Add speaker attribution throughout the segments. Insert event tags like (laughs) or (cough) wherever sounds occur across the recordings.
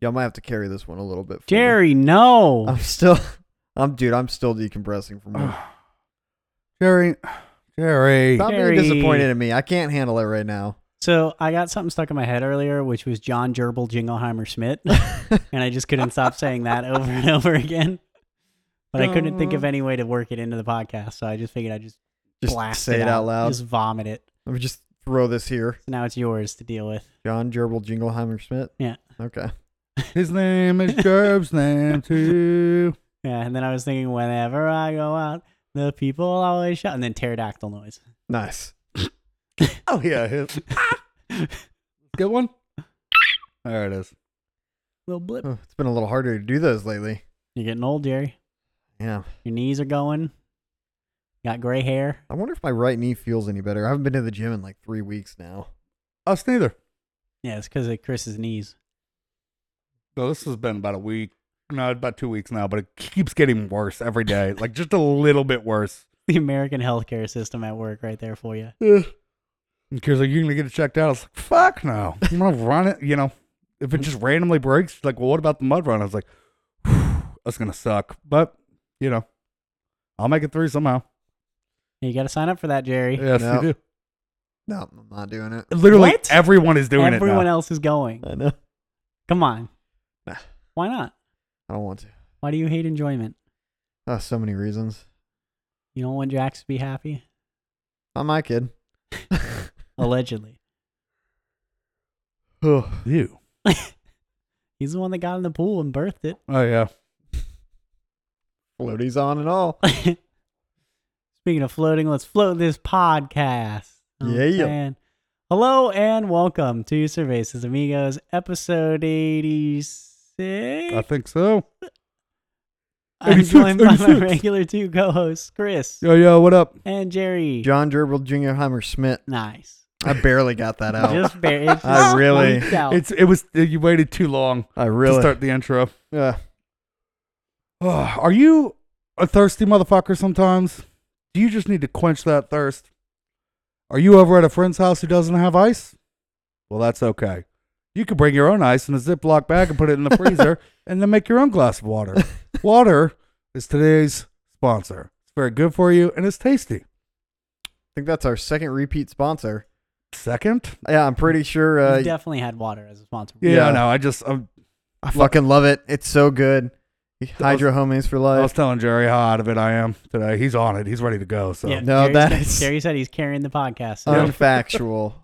Speaker 1: Y'all might have to carry this one a little bit. for me.
Speaker 2: Jerry, no.
Speaker 1: I'm still, (laughs) I'm dude. I'm still decompressing from. it.
Speaker 3: Jerry, Jerry.
Speaker 1: Stop being
Speaker 2: Jerry.
Speaker 1: disappointed in me. I can't handle it right now. (laughs)
Speaker 2: So I got something stuck in my head earlier, which was John Gerbil Jingleheimer Schmidt, (laughs) and I just couldn't stop saying that over and over again. But I couldn't think of any way to work it into the podcast, so I just figured I'd just,
Speaker 1: Just
Speaker 2: blast
Speaker 1: say it out, loud.
Speaker 2: just vomit it.
Speaker 1: Let me just throw this here.
Speaker 2: So now it's yours to deal with.
Speaker 1: John Gerbil Jingleheimer Schmidt.
Speaker 2: Yeah.
Speaker 1: Okay.
Speaker 3: His name is Gerb's name too.
Speaker 2: Yeah, and then I was thinking, whenever I go out, the people always shout, and then pterodactyl noise.
Speaker 1: Nice. (laughs)
Speaker 3: Oh yeah, his. Good one. There it is.
Speaker 2: Little blip.
Speaker 1: Oh, it's been a little harder to do those lately.
Speaker 2: You're getting old, Jerry.
Speaker 1: Yeah.
Speaker 2: Your knees are going. Got gray hair.
Speaker 1: I wonder if my right knee feels any better. I haven't been to the gym in like three weeks now.
Speaker 3: Us neither.
Speaker 2: Yeah, it's because of Chris's knees. (laughs)
Speaker 3: No, this has been about a week. No, about two weeks now, but it keeps getting worse every day. Like just a little bit worse.
Speaker 2: The American healthcare system at work, right there for you.
Speaker 3: And Kira's like, "You're gonna get it checked out." I was like, "Fuck no, I'm gonna run it." You know, if it just randomly breaks, she's like, "Well, what about the mud run?" I was like, "Whew, "That's gonna suck," but you know, I'll make it through somehow.
Speaker 2: You got to sign up for that, Jerry.
Speaker 3: Yes,
Speaker 1: No.
Speaker 3: you do.
Speaker 1: No, I'm not doing it.
Speaker 3: Uh, Literally,
Speaker 2: What?
Speaker 3: everyone is doing it.
Speaker 2: Everyone
Speaker 3: now.
Speaker 2: else is going.
Speaker 1: I know.
Speaker 2: Come on.
Speaker 1: Nah.
Speaker 2: Why not?
Speaker 1: I don't want to.
Speaker 2: Why do you hate enjoyment?
Speaker 1: Oh, so many reasons.
Speaker 2: You don't want Jax to be happy?
Speaker 1: Not my kid. (laughs)
Speaker 2: Allegedly.
Speaker 1: Ugh.
Speaker 3: You.
Speaker 2: (laughs) He's the one that got in the pool and birthed it. (laughs)
Speaker 3: Oh yeah.
Speaker 1: Floaties on and all.
Speaker 2: Speaking of floating, let's float this podcast.
Speaker 1: Yeah, yeah.
Speaker 2: man. Hello and welcome to Cervezas Amigos, episode 86.
Speaker 3: I think so.
Speaker 2: I'm
Speaker 3: 86,
Speaker 2: joined by my
Speaker 3: 86.
Speaker 2: regular two co hosts, Chris
Speaker 3: Yo, yo, what up?
Speaker 2: and Jerry.
Speaker 1: John Gerbil Jingleheimer Schmidt.
Speaker 2: nice.
Speaker 1: I barely got
Speaker 2: (laughs)
Speaker 1: that out.
Speaker 2: Just bare,
Speaker 1: (laughs)
Speaker 2: it just
Speaker 1: I really-
Speaker 2: leaked out.
Speaker 3: It's it was you waited too long
Speaker 1: I
Speaker 3: to
Speaker 1: really.
Speaker 3: start the intro.
Speaker 1: Yeah.
Speaker 3: Ugh, are you a thirsty motherfucker sometimes? Do you just need to quench that thirst? Are you over at a friend's house who doesn't have ice? Well, that's okay. You can bring your own ice in a Ziploc bag and put it in
Speaker 2: (laughs)
Speaker 3: the freezer and then make your own glass of water. Water is today's sponsor. It's very good for you and it's tasty.
Speaker 1: I think that's our second repeat sponsor.
Speaker 3: Second?
Speaker 1: Yeah, I'm pretty sure.
Speaker 2: We've
Speaker 1: Uh,
Speaker 2: definitely had water as a sponsor.
Speaker 3: Yeah,
Speaker 1: Yeah.
Speaker 3: no, I just, I'm,
Speaker 1: I fucking love it. It's so good. Hydro homies for
Speaker 3: I
Speaker 1: life.
Speaker 3: was telling Jerry how out of it I am today. He's on it. He's ready to go. So,
Speaker 2: Yeah,
Speaker 1: No,
Speaker 2: Jerry
Speaker 1: that
Speaker 2: said,
Speaker 1: is-
Speaker 2: Jerry said he's carrying the podcast. so-
Speaker 1: unfactual.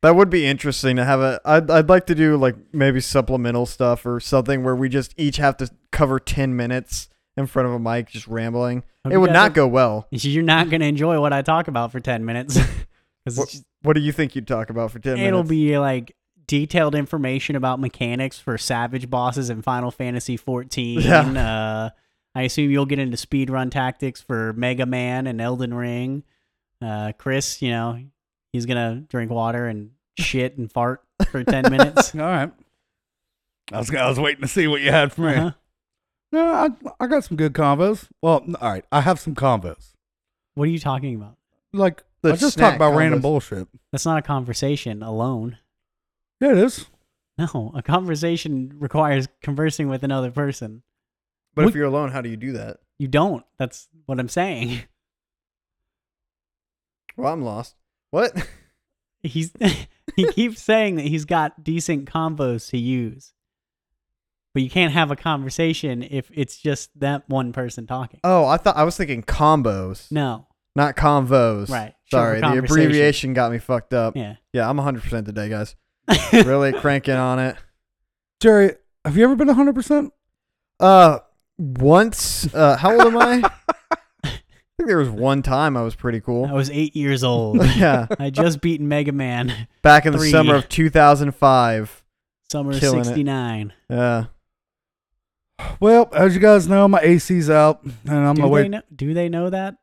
Speaker 1: that would be interesting to have a. I'd, I'd like to do like maybe supplemental stuff or something where we just each have to cover ten minutes in front of a mic, just rambling.
Speaker 2: Have
Speaker 1: It
Speaker 2: you
Speaker 1: would
Speaker 2: guys
Speaker 1: not
Speaker 2: ever-
Speaker 1: go well.
Speaker 2: (laughs) You're not going to enjoy what I talk about for 10 minutes. (laughs) 'Cause
Speaker 1: What,
Speaker 2: it's just-
Speaker 1: what do you think you'd talk about for ten
Speaker 2: it'll
Speaker 1: minutes?
Speaker 2: be like detailed information about mechanics for Savage Bosses and Final Fantasy 14.
Speaker 1: Yeah.
Speaker 2: Uh, I assume you'll get into speedrun tactics for Mega Man and Elden Ring. Uh, Chris, you know, he's going to drink water and shit and fart for
Speaker 1: (laughs)
Speaker 2: 10 minutes.
Speaker 3: all right. I was, I was waiting to see what you had for me.
Speaker 2: Uh-huh.
Speaker 3: No, I, I got some good combos. Well, n- all right, I have some combos.
Speaker 2: What are you talking about?
Speaker 3: Like
Speaker 1: The
Speaker 3: I just
Speaker 1: snack
Speaker 3: talk about random
Speaker 1: combos.
Speaker 3: bullshit.
Speaker 2: That's not a conversation alone. (laughs)
Speaker 3: Yeah, it is.
Speaker 2: No, a conversation requires conversing with another person.
Speaker 1: but if
Speaker 3: we-
Speaker 1: you're alone, how do you do that?
Speaker 2: You don't. That's what I'm saying. (laughs)
Speaker 1: Well, I'm lost. What? (laughs)
Speaker 2: He's (laughs) he keeps saying that he's got decent combos to use. But you can't have a conversation if it's just that one person talking.
Speaker 1: Oh, I thought I was thinking combos,
Speaker 2: No.
Speaker 1: not convos.
Speaker 2: Right. Short for
Speaker 1: Sorry, the
Speaker 2: conversation.
Speaker 1: abbreviation got me fucked up. Yeah,
Speaker 2: Yeah.
Speaker 1: I'm 100% today, guys. (laughs) Really cranking on it.
Speaker 3: Jerry, have you ever been hundred percent?
Speaker 1: Uh, once. Uh, how old am I? (laughs) I think there was one time I was pretty
Speaker 2: (laughs)
Speaker 1: (laughs)
Speaker 2: I
Speaker 1: cool.
Speaker 2: was eight
Speaker 1: (laughs)
Speaker 2: years old.
Speaker 1: yeah,
Speaker 2: I just beaten Mega Man (laughs)
Speaker 1: back in the
Speaker 2: Three.
Speaker 1: summer of 2005.
Speaker 2: Summer of
Speaker 1: Killing it.
Speaker 2: sixty nine.
Speaker 1: Yeah,
Speaker 3: Well, as you guys know, my AC's out, and I'm
Speaker 2: Do they
Speaker 3: away.
Speaker 2: know do they know that?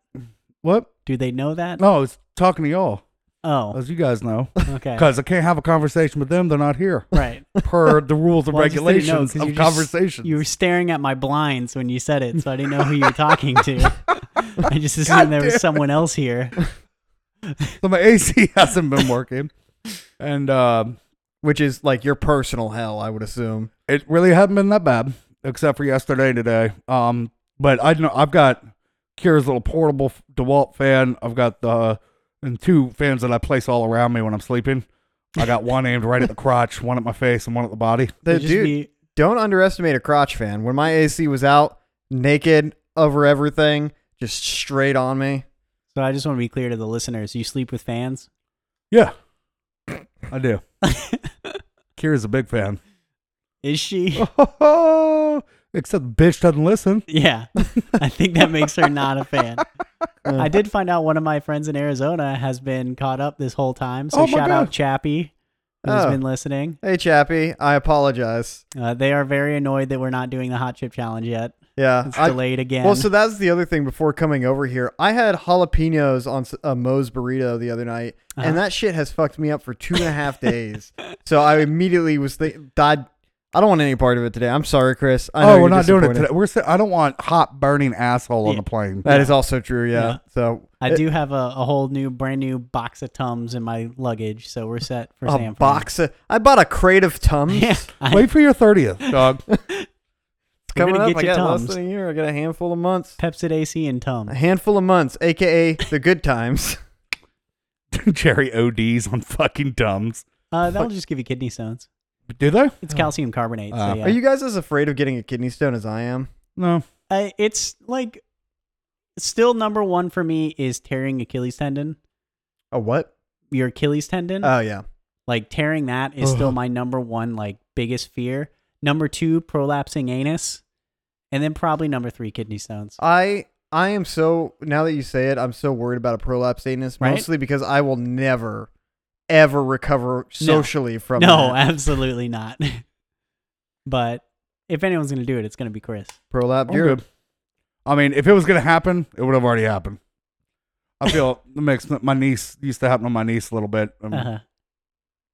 Speaker 3: What?
Speaker 2: Do they know that?
Speaker 3: No, I was talking to y'all,
Speaker 2: Oh.
Speaker 3: as you guys know,
Speaker 1: (laughs)
Speaker 2: Okay.
Speaker 3: because I can't have a conversation with them. They're not here
Speaker 2: Right. (laughs)
Speaker 3: per the rules and
Speaker 2: Well, I just didn't know,
Speaker 3: regulations
Speaker 2: 'cause
Speaker 3: of
Speaker 2: you just-
Speaker 3: conversations.
Speaker 2: You were staring at my blinds when you said it, so I didn't know who you were talking
Speaker 3: (laughs)
Speaker 2: to. I just
Speaker 3: God
Speaker 2: assumed there
Speaker 3: damn
Speaker 2: was
Speaker 3: it.
Speaker 2: someone else
Speaker 3: (laughs)
Speaker 2: here.
Speaker 3: so my (laughs) AC hasn't been working, and um,
Speaker 1: which is like your personal hell, I would assume.
Speaker 3: It really hasn't been that bad, except for yesterday and today. Um, but I know I've got Kira's little portable DeWalt fan. I've got the and two fans that I place all around me when I'm sleeping. I got one aimed right at the crotch, one at my face, and one at the body.
Speaker 1: They,
Speaker 2: It'd just
Speaker 1: dude,
Speaker 2: be-
Speaker 1: don't underestimate a crotch fan. When my AC was out, naked over everything, just straight on me.
Speaker 2: so I just want to be clear to the listeners: you sleep with fans.
Speaker 3: Yeah,
Speaker 1: (laughs)
Speaker 3: I do. Kira's a big fan. (laughs)
Speaker 2: Is
Speaker 3: Oh.
Speaker 2: she?
Speaker 3: Except bitch doesn't listen.
Speaker 2: (laughs) yeah, I think that makes her not a
Speaker 3: (laughs)
Speaker 2: fan.
Speaker 1: Uh,
Speaker 2: I did find out one of my friends in Arizona has been caught up this whole time. So
Speaker 3: Oh my
Speaker 2: shout
Speaker 3: God.
Speaker 2: out Chappie, who's
Speaker 1: Oh.
Speaker 2: been listening.
Speaker 1: Hey, Chappie, I apologize.
Speaker 2: Uh, they are very annoyed that we're not doing the hot chip challenge yet.
Speaker 1: Yeah,
Speaker 2: It's
Speaker 1: I,
Speaker 2: delayed again.
Speaker 1: well, so that's the other thing. Before coming over here, I had jalapenos on s- a Moe's burrito the other night,
Speaker 2: Uh-huh.
Speaker 1: and that shit has fucked me up for two and a half days. So I immediately was thinking, I don't want any part of it today. I'm sorry, Chris. I know
Speaker 3: Oh,
Speaker 1: you're
Speaker 3: we're not doing it
Speaker 1: disappointed.
Speaker 3: today. We're. Sa- I don't want hot burning asshole on
Speaker 2: Yeah.
Speaker 3: the plane.
Speaker 1: That
Speaker 2: Yeah.
Speaker 1: is also true. Yeah.
Speaker 2: Yeah.
Speaker 1: So
Speaker 2: I
Speaker 1: it-
Speaker 2: do have a, a whole new, brand new box of Tums in my luggage, so we're set for
Speaker 1: a
Speaker 2: San Fran.
Speaker 1: box. Of, I bought a crate of Tums.
Speaker 2: (laughs) Yeah, I-
Speaker 3: Wait for your thirtieth, dog.
Speaker 2: (laughs)
Speaker 3: (laughs)
Speaker 1: It's
Speaker 2: We're
Speaker 1: coming up.
Speaker 2: gonna get
Speaker 1: I
Speaker 2: you
Speaker 1: got
Speaker 2: Tums.
Speaker 1: less than a year. I got a handful of months.
Speaker 2: Pepsid AC and
Speaker 1: A
Speaker 2: Tums.
Speaker 1: handful of months, aka the good times.
Speaker 3: Jerry ODs on fucking Tums.
Speaker 2: Uh, that'll just give you kidney stones.
Speaker 3: Do they?
Speaker 2: It's calcium carbonate.
Speaker 3: Uh,
Speaker 2: so (laughs) yeah.
Speaker 1: Oh. Are you guys as afraid of getting a kidney stone as I am?
Speaker 3: No.
Speaker 2: I, it's like still number one for me is tearing Achilles tendon.
Speaker 1: A what?
Speaker 2: Your Achilles tendon.
Speaker 1: Oh yeah.
Speaker 2: Like tearing that is still
Speaker 3: Ugh.
Speaker 2: my number one like biggest fear. Number two, prolapsing anus, and then probably number three, kidney stones.
Speaker 1: I I am so now that you say it, I'm so worried about a prolapse anus,
Speaker 2: Right?
Speaker 1: mostly because I will never, ever recover socially from
Speaker 2: No,
Speaker 1: that
Speaker 2: absolutely not. (laughs) but if anyone's gonna do it, it's gonna be Chris.
Speaker 1: prolapse.
Speaker 3: I'm
Speaker 1: You're
Speaker 3: good. I mean, if it was gonna happen, it would have already happened. I
Speaker 2: (laughs)
Speaker 3: feel the mix. My niece used to happen to my niece a little bit. Um,
Speaker 2: Uh-huh.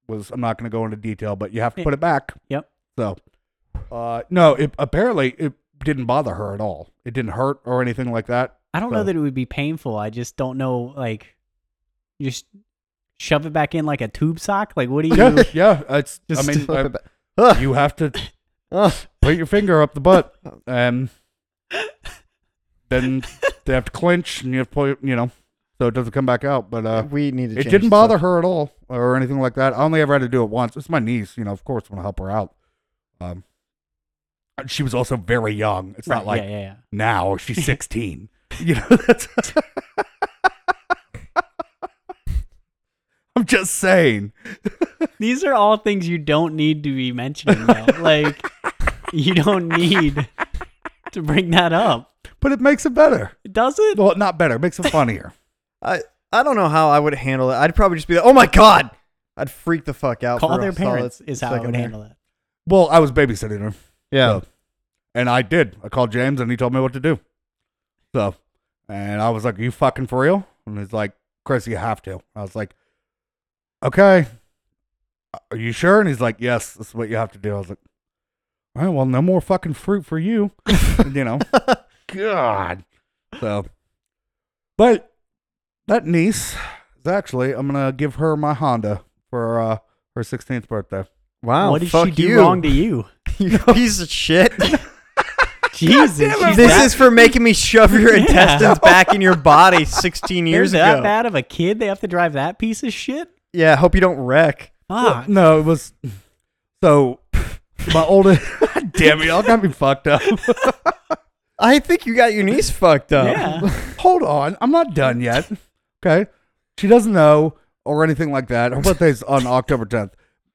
Speaker 3: Was I'm not gonna go into detail, but you have to
Speaker 2: Yeah.
Speaker 3: put it back.
Speaker 2: Yep.
Speaker 3: So, uh, no. It apparently it didn't bother her at all. It didn't hurt or anything like that.
Speaker 2: I don't
Speaker 3: So-
Speaker 2: know that it would be painful. I just don't know. Like, just shove it back in like a tube sock.
Speaker 1: (laughs)
Speaker 2: Like, what do you?
Speaker 3: Yeah, yeah. It's. I
Speaker 1: Just
Speaker 3: mean,
Speaker 1: (laughs) flip
Speaker 3: I-
Speaker 1: it back. Ugh,
Speaker 3: you have to
Speaker 1: ugh.
Speaker 3: put your finger up the butt, and then they have to clinch, and you have to put, you know, so it doesn't come back out. But uh,
Speaker 1: we need to.
Speaker 3: it
Speaker 1: change
Speaker 3: didn't
Speaker 1: the
Speaker 3: bother
Speaker 1: subject.
Speaker 3: her at all or anything like that. I only ever had to do it once. It's my niece, you know. Of course, want to help her out. Um, and she was also very young. It's
Speaker 2: Right,
Speaker 3: not like
Speaker 2: yeah, yeah, yeah.
Speaker 3: now she's sixteen. you know, that's. (laughs) I'm just saying.
Speaker 2: These are all things you don't need to be mentioning.
Speaker 1: (laughs)
Speaker 2: Though. like, you don't need to bring that up.
Speaker 3: But it makes it better.
Speaker 2: Does it?
Speaker 3: Well, not better. It makes it funnier.
Speaker 1: I I don't know how I would handle it. I'd probably just be like, oh my god. I'd freak the fuck out.
Speaker 2: Call
Speaker 1: for
Speaker 2: their
Speaker 1: a solid
Speaker 2: parents is how I
Speaker 1: second
Speaker 2: would
Speaker 1: there.
Speaker 2: handle it.
Speaker 3: well, I was babysitting her.
Speaker 1: Yeah.
Speaker 3: So- And I did. I called James and he told me what to do. So, and I was like, Are you fucking for real? And he's like, Chris, you have to. I was like, Okay. Are you sure? And he's like, Yes, this is what you have to do. I was like, All right, well, no more fucking fruit for you. you know, God. So, but that niece is actually, I'm going to give her my Honda for uh, her 16th birthday.
Speaker 1: Wow.
Speaker 2: what did
Speaker 1: Oh, fuck
Speaker 2: she do
Speaker 1: you.
Speaker 2: wrong
Speaker 1: (laughs)
Speaker 2: to you?
Speaker 1: you piece of (laughs) shit?
Speaker 2: Jesus,
Speaker 3: damn it,
Speaker 2: she's
Speaker 1: this
Speaker 2: that,
Speaker 1: is for making me shove your
Speaker 2: (laughs) Yeah.
Speaker 1: intestines back in your body 16
Speaker 2: they're
Speaker 1: years
Speaker 2: that
Speaker 1: ago.
Speaker 2: bad of a kid. They have to drive that piece of shit.
Speaker 1: Yeah, hope you don't wreck.
Speaker 2: Fuck.
Speaker 3: No, it was so my oldest. (laughs) Damn it, y'all got me fucked up.
Speaker 1: I think you got your niece fucked up. (laughs)
Speaker 2: Yeah.
Speaker 3: (laughs)
Speaker 2: (laughs)
Speaker 3: Hold on, I'm not done yet. Okay, she doesn't know or anything like that. Her birthday's on October 10th.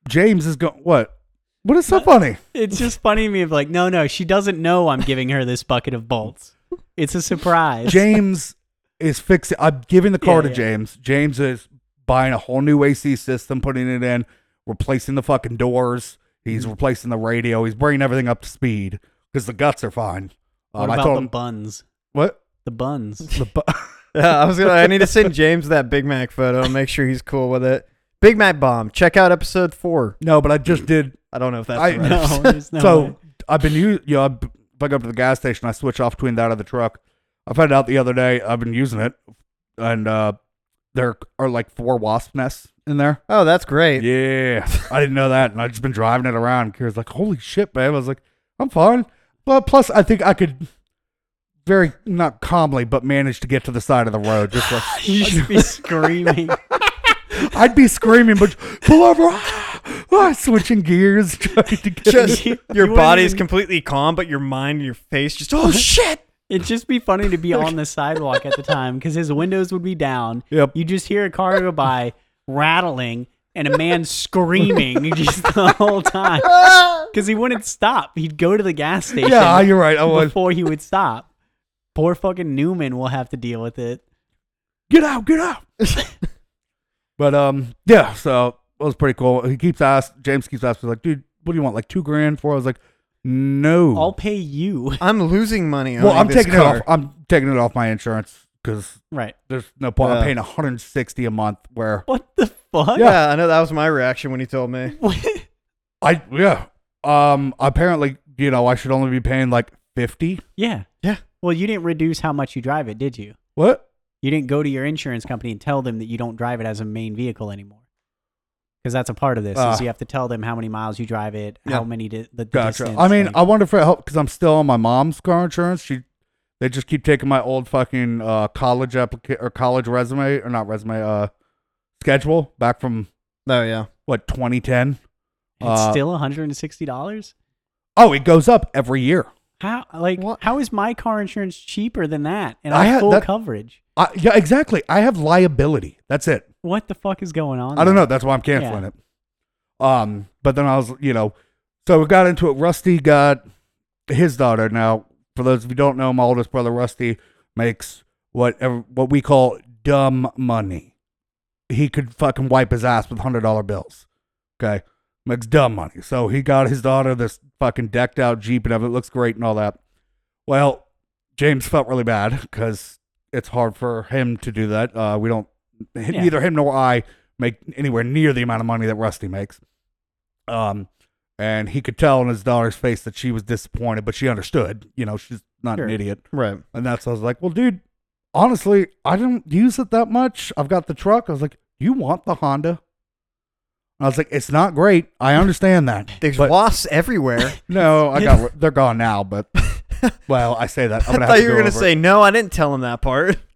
Speaker 3: James is going. What? What is so (laughs) funny?
Speaker 2: It's just funny to me of like, no, no, she doesn't know I'm giving her this bucket of bolts. It's a surprise.
Speaker 3: James is fixing. I'm giving the car
Speaker 2: Yeah,
Speaker 3: to
Speaker 2: yeah.
Speaker 3: James. James is buying a whole new AC system, putting it in, replacing the fucking doors. He's replacing the radio. He's bringing everything up to speed because the guts are fine.
Speaker 2: what
Speaker 3: Um, I
Speaker 2: about
Speaker 3: told
Speaker 2: the
Speaker 3: him
Speaker 2: buns?
Speaker 3: what
Speaker 2: The
Speaker 3: (laughs)
Speaker 2: buns.
Speaker 3: the bu-
Speaker 1: (laughs) Yeah, I was gonna. I need to send James that Big Mac photo. and Make sure he's cool with it. Big Mac bomb. Check out episode four.
Speaker 3: No, but I just did.
Speaker 1: I don't know if that's
Speaker 3: I-
Speaker 1: right.
Speaker 2: No, there's no
Speaker 3: so (laughs)
Speaker 2: way.
Speaker 3: I've been using. You know, I b- if I go up to the gas station, I switch off between that and the truck. I found out the other day I've been using it, and uh, there are like four wasp nests in there.
Speaker 1: (laughs) Oh, that's great.
Speaker 3: Yeah, I didn't know that, and I just been driving it around. Kira's like, "Holy shit, babe!" I was like, "I'm fine." Well, plus, I think I could very not calmly, but manage to get to the side of the road. Just like
Speaker 2: You should be screaming.
Speaker 3: I'd be screaming, but pull over, ah, switching gears, (laughs) trying to
Speaker 1: (laughs)
Speaker 3: get. (laughs)
Speaker 1: Just
Speaker 2: You- you
Speaker 1: your
Speaker 2: wouldn't
Speaker 1: body's
Speaker 2: even-
Speaker 1: completely calm, but your mind, and your face, just oh shit.
Speaker 2: It'd just be funny to be on the sidewalk at the time because his windows would be down.
Speaker 3: Yep.
Speaker 2: You just hear a car go by rattling and a man screaming (laughs) just the whole time because he wouldn't stop. He'd go to the gas station
Speaker 3: yeah, you're right. I was.
Speaker 2: before he would stop. Poor fucking Newman will have to deal with it.
Speaker 3: get out, get out. (laughs) but um, yeah, so it was pretty cool. He keeps asking, James keeps asking, like, dude, what do you want? Like two grand for? I was like, no.
Speaker 2: I'll pay you. (laughs)
Speaker 1: I'm losing money.
Speaker 3: well,
Speaker 1: owning
Speaker 3: I'm
Speaker 1: this
Speaker 3: taking
Speaker 1: car.
Speaker 3: it off. I'm taking it off my insurance because
Speaker 2: Right.
Speaker 3: there's no point.
Speaker 1: Yeah.
Speaker 3: I'm paying 160 a month. Where
Speaker 2: What the fuck? (laughs)
Speaker 1: Yeah. I know that was my reaction when he told me.
Speaker 3: I yeah, um, apparently you know I should only be paying like 50.
Speaker 2: yeah.
Speaker 1: Yeah.
Speaker 2: Well, you didn't reduce how much you drive it, did you?
Speaker 3: What?
Speaker 2: You didn't go to your insurance company and tell them that you don't drive it as a main vehicle anymore. Because that's a part of this
Speaker 3: Ah.
Speaker 2: is you have to tell them how many miles you drive it,
Speaker 1: Yeah.
Speaker 2: how many di- the, the
Speaker 3: Gotcha.
Speaker 2: distance.
Speaker 3: I mean,
Speaker 2: like-
Speaker 3: I wonder if it helped because I'm still on my mom's car insurance. She, they just keep taking my old fucking uh, college applica- or college resume or not resume uh schedule back from
Speaker 1: Oh yeah.
Speaker 3: what 2010.
Speaker 2: it's
Speaker 3: uh,
Speaker 2: still one hundred and sixty dollars.
Speaker 3: Oh, it goes up every year.
Speaker 2: How like
Speaker 1: What?
Speaker 2: how is my car insurance cheaper than that? And
Speaker 3: I
Speaker 2: I
Speaker 3: had-
Speaker 2: have full
Speaker 3: that-
Speaker 2: coverage.
Speaker 3: I, yeah, exactly. I have liability. That's it.
Speaker 2: What the fuck is going on?
Speaker 3: I don't
Speaker 2: there?
Speaker 3: know. That's why I'm canceling
Speaker 2: Yeah.
Speaker 3: it. Um, but then I was, you know, so we got into it. Rusty got his daughter. Now, for those of you who don't know, my oldest brother Rusty makes what what we call dumb money. He could fucking wipe his ass with hundred dollar bills. Okay, makes dumb money. So he got his daughter this fucking decked out Jeep and everything. It looks great and all that. Well, James felt really bad because it's hard for him to do that. Uh, we don't,
Speaker 2: Yeah.
Speaker 3: neither him nor I make anywhere near the amount of money that Rusty makes. Um, and he could tell in his daughter's face that she was disappointed, but she understood. You know, she's not
Speaker 2: Sure.
Speaker 3: an idiot.
Speaker 1: Right.
Speaker 3: And that's I was like, well, dude, honestly, I don't use it that much. I've got the truck. I was like, you want the Honda? I was like, it's not great. I understand (laughs) that.
Speaker 1: There's
Speaker 3: But-
Speaker 1: wasps (laughs) everywhere.
Speaker 3: no, I got they're gone now, (laughs) but well, I say that. I'm gonna
Speaker 1: I
Speaker 3: have
Speaker 1: thought
Speaker 3: to
Speaker 1: you
Speaker 3: go
Speaker 1: were gonna
Speaker 3: over it.
Speaker 1: say no. I didn't tell him that part. (laughs)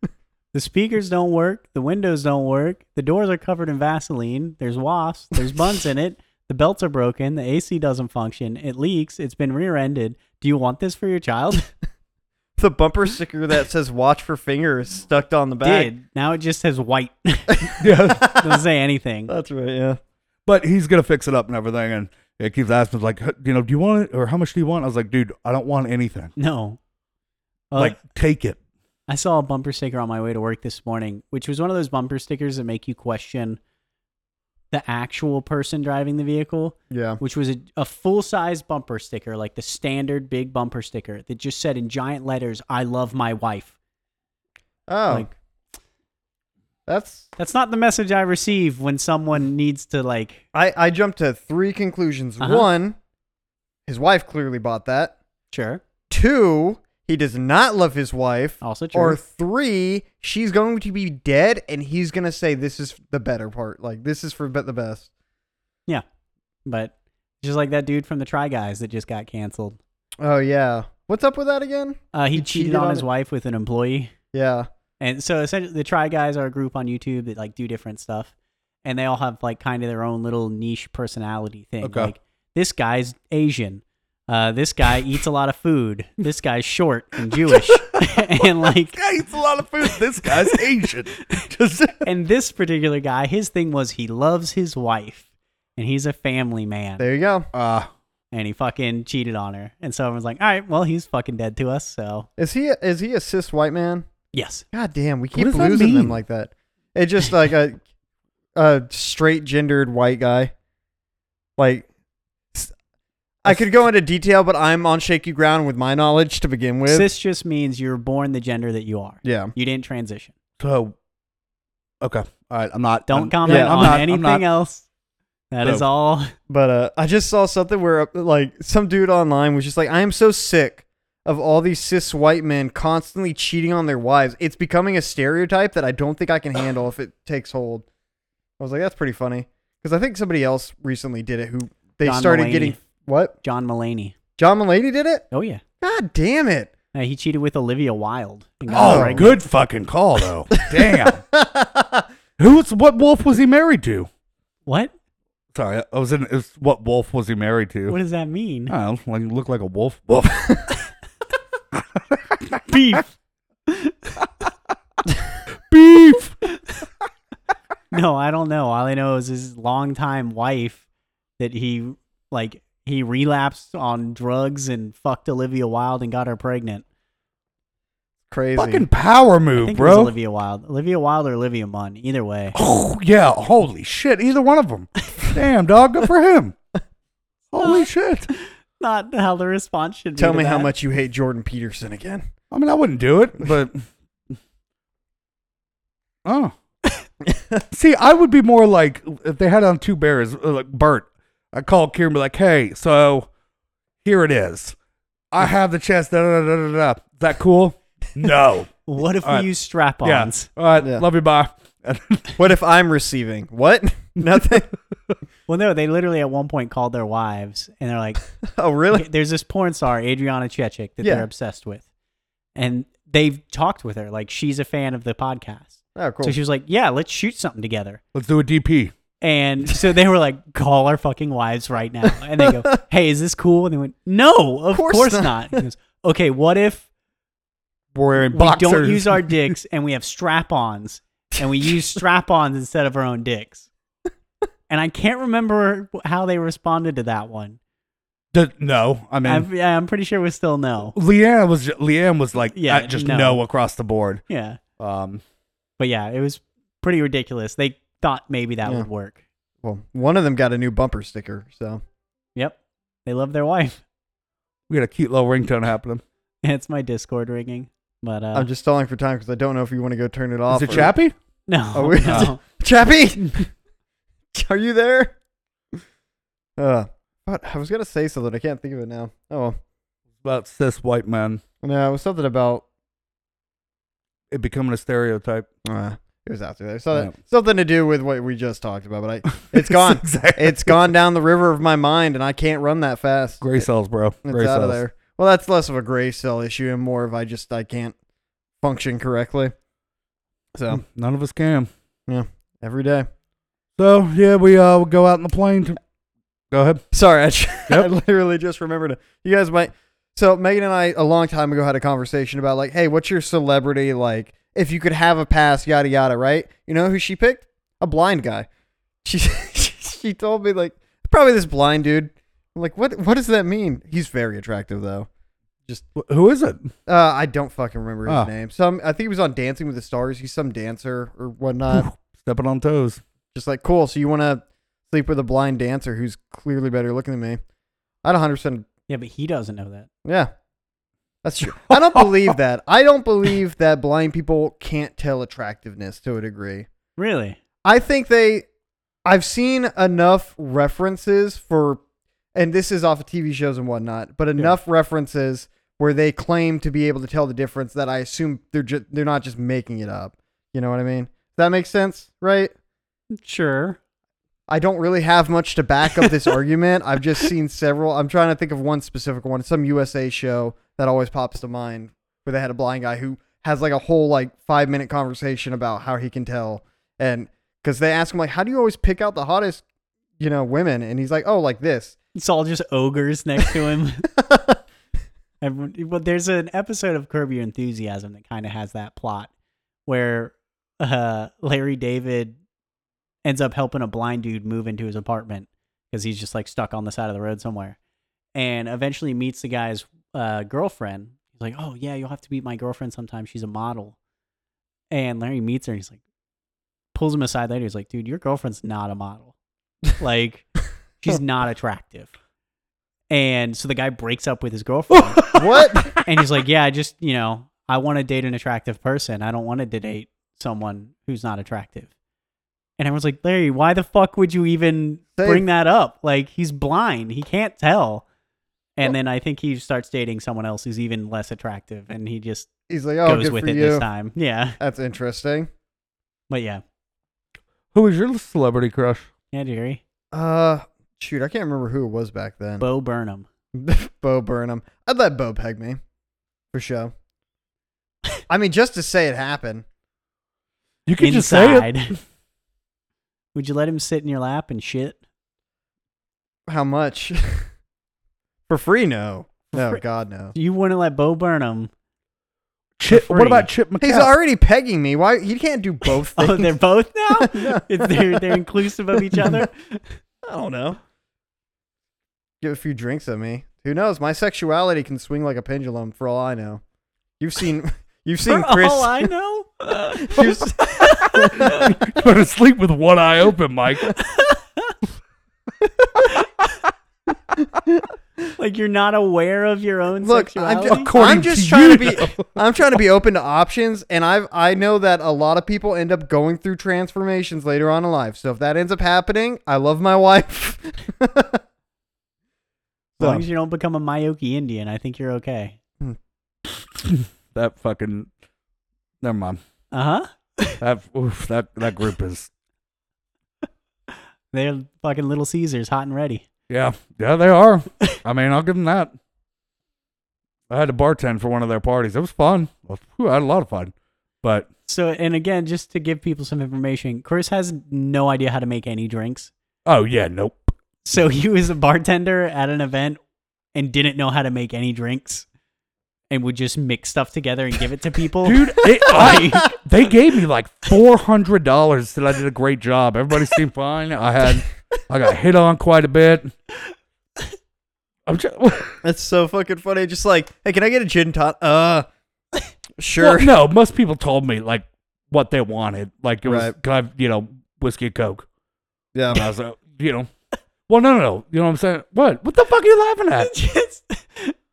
Speaker 2: The speakers don't work. The windows don't work. The doors are covered in Vaseline. There's wasps. There's buns in it. The belts are broken. The AC doesn't function. It leaks. It's been rear ended. Do you want this for your child?
Speaker 1: The bumper sticker that says "Watch for finger" is stuck on the back.
Speaker 2: Did. Now it just says white. (laughs)
Speaker 3: (laughs) yeah.
Speaker 2: doesn't
Speaker 1: (laughs)
Speaker 2: say anything.
Speaker 1: That's right. Yeah.
Speaker 3: But he's gonna fix it up and everything, and it keeps asking like, you know, do you want it or how much do you want? I was like, dude, I don't want anything.
Speaker 2: No. Uh,
Speaker 3: like, take (laughs) it.
Speaker 2: I saw a bumper sticker on my way to work this morning, which was one of those bumper stickers that make you question the actual person driving the vehicle.
Speaker 1: Yeah.
Speaker 2: which was a, a full size bumper sticker, like the standard big bumper sticker that just said in giant letters, I love my wife.
Speaker 1: Oh,
Speaker 2: Like,
Speaker 1: that's.
Speaker 2: that's not the message I receive when someone needs to, like,
Speaker 1: I I jumped to three conclusions.
Speaker 2: Uh-huh.
Speaker 1: One, his wife clearly bought that.
Speaker 2: sure.
Speaker 1: Two, he does not love his wife.
Speaker 2: Also true.
Speaker 1: Or three, she's going to be dead, and he's gonna say this is the better part. Like this is for be- the best.
Speaker 2: yeah. But just like that dude from the Try Guys that just got canceled.
Speaker 1: Oh yeah. What's up with that again?
Speaker 2: Uh,
Speaker 1: He
Speaker 2: he, cheated,
Speaker 1: cheated
Speaker 2: on,
Speaker 1: on
Speaker 2: his
Speaker 1: it?
Speaker 2: wife with an employee.
Speaker 1: Yeah.
Speaker 2: And so essentially, the Try Guys are a group on YouTube that like do different stuff, and they all have like kind of their own little niche personality thing.
Speaker 3: Okay.
Speaker 2: Like this guy's Asian, uh, this
Speaker 1: (laughs)
Speaker 2: guy eats a lot of food, this guy's short and Jewish, and like,
Speaker 3: guy eats a lot of food. This guy's Asian. Just
Speaker 2: and this particular guy, his thing was he loves his wife, and he's a family man,
Speaker 1: There you go.
Speaker 3: (laughs) uh,
Speaker 2: and he fucking cheated on her, and so everyone's like, all right, well he's fucking dead to us, so
Speaker 1: Is he is he a cis white man?
Speaker 2: yes,
Speaker 1: God damn, we keep
Speaker 3: does that
Speaker 1: losing
Speaker 3: mean?
Speaker 1: them like that. It's just like a a straight gendered white guy. Like s- I could go into detail, but I'm on shaky ground with my knowledge to begin with.
Speaker 2: cis just means you're born the gender that you are,
Speaker 1: yeah.
Speaker 2: you didn't transition.
Speaker 3: so okay. All right, I'm not.
Speaker 2: Don't
Speaker 3: I'm-
Speaker 2: comment
Speaker 1: yeah, I'm
Speaker 2: on
Speaker 3: not- I'm
Speaker 2: anything
Speaker 3: not-
Speaker 2: else. That is
Speaker 3: No.
Speaker 2: all. (laughs)
Speaker 1: But uh, I just saw something where uh, like some dude online was just like, "I am so sick of all these cis white men constantly cheating on their wives. It's becoming a stereotype that I don't think I can handle if it takes hold. I was like, that's pretty funny because I think somebody else recently did it who they
Speaker 2: John
Speaker 1: started
Speaker 2: Mulaney.
Speaker 1: getting what
Speaker 2: John Mulaney.
Speaker 1: John Mulaney did it.
Speaker 2: Oh yeah,
Speaker 1: God damn
Speaker 2: (laughs)
Speaker 1: it!
Speaker 2: Uh, he cheated with Olivia Wilde. and got
Speaker 3: Oh,
Speaker 2: pregnant.
Speaker 3: good fucking call though.
Speaker 2: (laughs)
Speaker 3: Damn. Who's what wolf was he married to?
Speaker 2: What?
Speaker 3: Sorry, I was in. It was, what wolf was he married to?
Speaker 2: What does that
Speaker 3: (laughs)
Speaker 2: mean?
Speaker 3: I don't know, like look like a wolf. Wolf. (laughs)
Speaker 2: Beef.
Speaker 3: Beef.
Speaker 2: No, I don't know. All I know is his longtime wife that he like he relapsed on drugs and fucked Olivia Wilde and got her pregnant.
Speaker 1: Crazy.
Speaker 3: Fucking power
Speaker 2: I
Speaker 3: move,
Speaker 2: think it was
Speaker 3: bro.
Speaker 2: Olivia Wilde. Olivia Wilde or Olivia Munn. Either way. (laughs)
Speaker 3: Oh yeah. Holy shit. Either one of them. Damn dog. Good for
Speaker 2: (laughs)
Speaker 3: him. Holy shit.
Speaker 2: Not how the response should be.
Speaker 1: Tell
Speaker 2: to
Speaker 1: me how
Speaker 2: that.
Speaker 1: much you hate Jordan Peterson again.
Speaker 3: I mean, I wouldn't do it,
Speaker 2: (laughs)
Speaker 3: but oh, see, I would be more like if they had on two bears, uh, like Bert. I call Kieran, and be like, "Hey, so here it is.
Speaker 2: (laughs)
Speaker 3: I have the chance. Da, da, da, da, da. da. Is that cool? no.
Speaker 2: What if we
Speaker 3: All right.
Speaker 2: use
Speaker 3: Yeah.
Speaker 2: strap-ons?
Speaker 3: All right.
Speaker 1: Yeah.
Speaker 3: Love you. Bye. (laughs) And
Speaker 1: What if I'm receiving? What? (laughs)
Speaker 2: (laughs)
Speaker 1: Nothing.
Speaker 2: Well, no, they literally at one point called their wives and they're like,
Speaker 1: oh, (laughs) really?
Speaker 2: Okay, there's this porn star, Adriana Chechik, that
Speaker 1: Yeah.
Speaker 2: they're obsessed with. And they've talked with her. Like, she's a fan of the podcast.
Speaker 1: Oh, cool.
Speaker 2: So she was like, yeah, let's shoot something together.
Speaker 3: let's do a DP.
Speaker 2: And so they were like, call our fucking wives right now. And they go, hey, is this cool? And they went, no, of
Speaker 1: Course
Speaker 2: course, not. He goes, okay, what if
Speaker 3: We're wearing
Speaker 2: we
Speaker 3: boxers.
Speaker 2: don't use our dicks and we have strap ons and we use strap ons instead of our own dicks? And I can't remember how they responded to that one.
Speaker 3: D- no, I mean,
Speaker 2: I'm, yeah, I'm pretty sure it was still no.
Speaker 3: Leanne was ju- Leanne was like,
Speaker 2: Yeah,
Speaker 3: yeah, just
Speaker 2: no.
Speaker 3: no. across the board.
Speaker 2: Yeah.
Speaker 3: Um,
Speaker 2: But yeah, it was pretty ridiculous. They thought maybe that
Speaker 1: Yeah.
Speaker 2: would work.
Speaker 1: well, one of them got a new bumper sticker, so
Speaker 2: Yep. They love their wife. (laughs)
Speaker 3: we had a cute little ringtone happening.
Speaker 2: It's my Discord ringing. But uh
Speaker 1: I'm just stalling for time because I don't know if you want to go turn it off.
Speaker 3: Is it
Speaker 1: or-
Speaker 3: Chappie?
Speaker 2: no.
Speaker 1: Are we-
Speaker 2: no.
Speaker 1: (laughs) Chappie, (laughs) are you there? Uh, but I was gonna say something. I can't think of it now. Oh, well.
Speaker 3: about cis white men
Speaker 1: no, it was something about.
Speaker 3: it becoming
Speaker 1: (laughs)
Speaker 3: a stereotype.
Speaker 1: Uh, it was after there. So
Speaker 3: Yeah.
Speaker 1: something to do with what we just talked about, but I, it's gone.
Speaker 3: Exactly.
Speaker 1: it's gone down the river of my mind, and I can't run that fast.
Speaker 3: Gray cells, bro.
Speaker 1: It's
Speaker 3: Gray
Speaker 1: out
Speaker 3: cells.
Speaker 1: of there. Well, that's less of a gray cell issue and more of I just I can't function correctly. So
Speaker 3: None of us can.
Speaker 1: every day.
Speaker 3: So yeah, we uh we'll go out in the plane. To- go ahead.
Speaker 1: Sorry, I, tr- (laughs) I
Speaker 3: Yep.
Speaker 1: literally just remembered. It. You guys might. So Megan and I a long time ago had a conversation about like, hey, what's your celebrity like? If you could have a pass, yada yada, right? You know who she picked? A blind guy. (laughs) She she told me like probably this blind dude. I'm like, what what does that mean? He's very attractive though.
Speaker 3: Wh- Who is it?
Speaker 1: Uh, I don't fucking remember his
Speaker 3: Oh.
Speaker 1: name. Some I think he was on Dancing with the Stars. He's some dancer or whatnot.
Speaker 3: Stepping on toes.
Speaker 1: Just like cool. So you want to sleep with a blind dancer who's clearly better looking than me? I'd 100 percent
Speaker 2: Yeah, but he doesn't know that.
Speaker 1: Yeah. That's true. I don't believe that. I don't believe that blind people can't tell attractiveness to a degree.
Speaker 2: Really?
Speaker 1: I think they I've seen enough references for and this is off of TV shows and whatnot, but enough references where they claim to be able to tell the difference that I assume they're just they're not just making it up. You know what I mean? That makes sense, right?
Speaker 2: Sure.
Speaker 1: I don't really have much to back up this argument. I've just seen several. I'm trying to think of one specific one. Some USA show that always pops to mind where they had a blind guy who has like a whole like five minute conversation about how he can tell. And because they ask him like, how do you always pick out the hottest, you know, women? And he's like, oh, like this.
Speaker 2: (laughs) It's all just ogres next to him. And, but there's an episode of Curb Your Enthusiasm that kind of has that plot where uh, Larry David ends up helping a blind dude move into his apartment because he's just like stuck on the side of the road somewhere and eventually meets the guy's uh, girlfriend. He's like, Oh, yeah, you'll have to meet my girlfriend sometime. She's a model. And Larry meets her and he's like, pulls him aside later. He's like, Dude, your girlfriend's not a model. Like, she's not attractive. And so the guy breaks up with his girlfriend
Speaker 1: what?
Speaker 2: and he's like, "Yeah, I just you know, I want to date an attractive person. I don't want to date someone who's not attractive." And everyone's like, "Larry, why the fuck would you even
Speaker 1: Say-
Speaker 2: bring that up? Like, he's blind. He can't tell." And then I think he starts dating someone else who's even less attractive, and he just
Speaker 1: He's like, oh,
Speaker 2: goes
Speaker 1: good
Speaker 2: with
Speaker 1: for
Speaker 2: it
Speaker 1: you.
Speaker 2: this time. Yeah,
Speaker 1: That's interesting.
Speaker 2: but yeah,
Speaker 3: Who was your celebrity crush?
Speaker 2: yeah, Jerry,
Speaker 1: Uh, shoot, I can't remember who it was back then.
Speaker 2: Bo Burnham.
Speaker 1: (laughs) Bo Burnham. I'd let Bo peg me, for sure. I mean, just to say it happened.
Speaker 3: You can just say it.
Speaker 2: inside. (laughs) Would you let him sit in your lap and shit?
Speaker 1: How much? (laughs) for free? No. No,
Speaker 2: free.
Speaker 1: God, no.
Speaker 2: You wouldn't let Bo Burnham.
Speaker 3: (laughs)
Speaker 2: (laughs)
Speaker 3: Chip,
Speaker 2: For
Speaker 3: what about
Speaker 2: free.
Speaker 3: Chip McCaskill?
Speaker 1: He's already pegging me. Why? He can't do both things.
Speaker 2: (laughs) Oh, they're both
Speaker 1: (laughs)
Speaker 2: now.
Speaker 1: No.
Speaker 2: It's they're they're inclusive of each
Speaker 1: (laughs)
Speaker 2: other.
Speaker 1: I don't
Speaker 3: (laughs)
Speaker 1: know. Give a few drinks at me. Who knows? My sexuality can swing like a pendulum. For all I know, you've seen (laughs) you've seen
Speaker 2: For
Speaker 1: Chris.
Speaker 2: all I
Speaker 1: (laughs)
Speaker 2: know.
Speaker 1: you've
Speaker 3: (laughs)
Speaker 1: s-
Speaker 3: You better sleep with one eye open,
Speaker 1: (laughs)
Speaker 3: Mike.
Speaker 2: (laughs) like you're not aware of your own
Speaker 1: Look, I'm
Speaker 2: sexuality.
Speaker 1: just,
Speaker 3: According
Speaker 1: I'm just
Speaker 3: to
Speaker 1: trying
Speaker 3: you, (laughs)
Speaker 1: to be I'm trying to be open to options, and I've I know that a lot of people end up going through transformations later on in life. So if that ends up happening, I love my
Speaker 3: (laughs)
Speaker 1: wife.
Speaker 2: as long
Speaker 1: So-
Speaker 2: as you don't become a Mayoki Indian, I think you're okay.
Speaker 3: That fucking. Never mind.
Speaker 2: Uh huh.
Speaker 3: That oof, that that group is.
Speaker 2: They're fucking Little Caesars, hot and ready.
Speaker 3: Yeah, yeah, they are. I mean, I'll give them that. I had to bartend for one of their parties. It was fun. Whew, I had a lot of fun, but
Speaker 2: So, and again, just to give people some information, Chris has no idea how to make any drinks.
Speaker 3: oh yeah, nope.
Speaker 2: So (laughs) he was a bartender at an event and didn't know how to make any drinks, and would just mix stuff together and give it
Speaker 1: (laughs)
Speaker 2: to people.
Speaker 3: dude. It, I, they gave me like four hundred dollars. Said I did a great job. Everybody seemed fine. I had, I got hit on quite a bit. I'm (laughs) just,
Speaker 1: (laughs) That's so fucking funny. Just like, hey, can I get a gin tonic? Uh,
Speaker 2: (laughs)
Speaker 1: sure.
Speaker 3: no, most people told me like what they wanted. Like it was,
Speaker 1: Right.
Speaker 3: can I, you know, whiskey and coke?
Speaker 1: Yeah.
Speaker 3: And I was like, you know, well, no, no, no. You know what I'm saying? What? What the fuck are you laughing
Speaker 2: (laughs)
Speaker 3: at?
Speaker 2: just,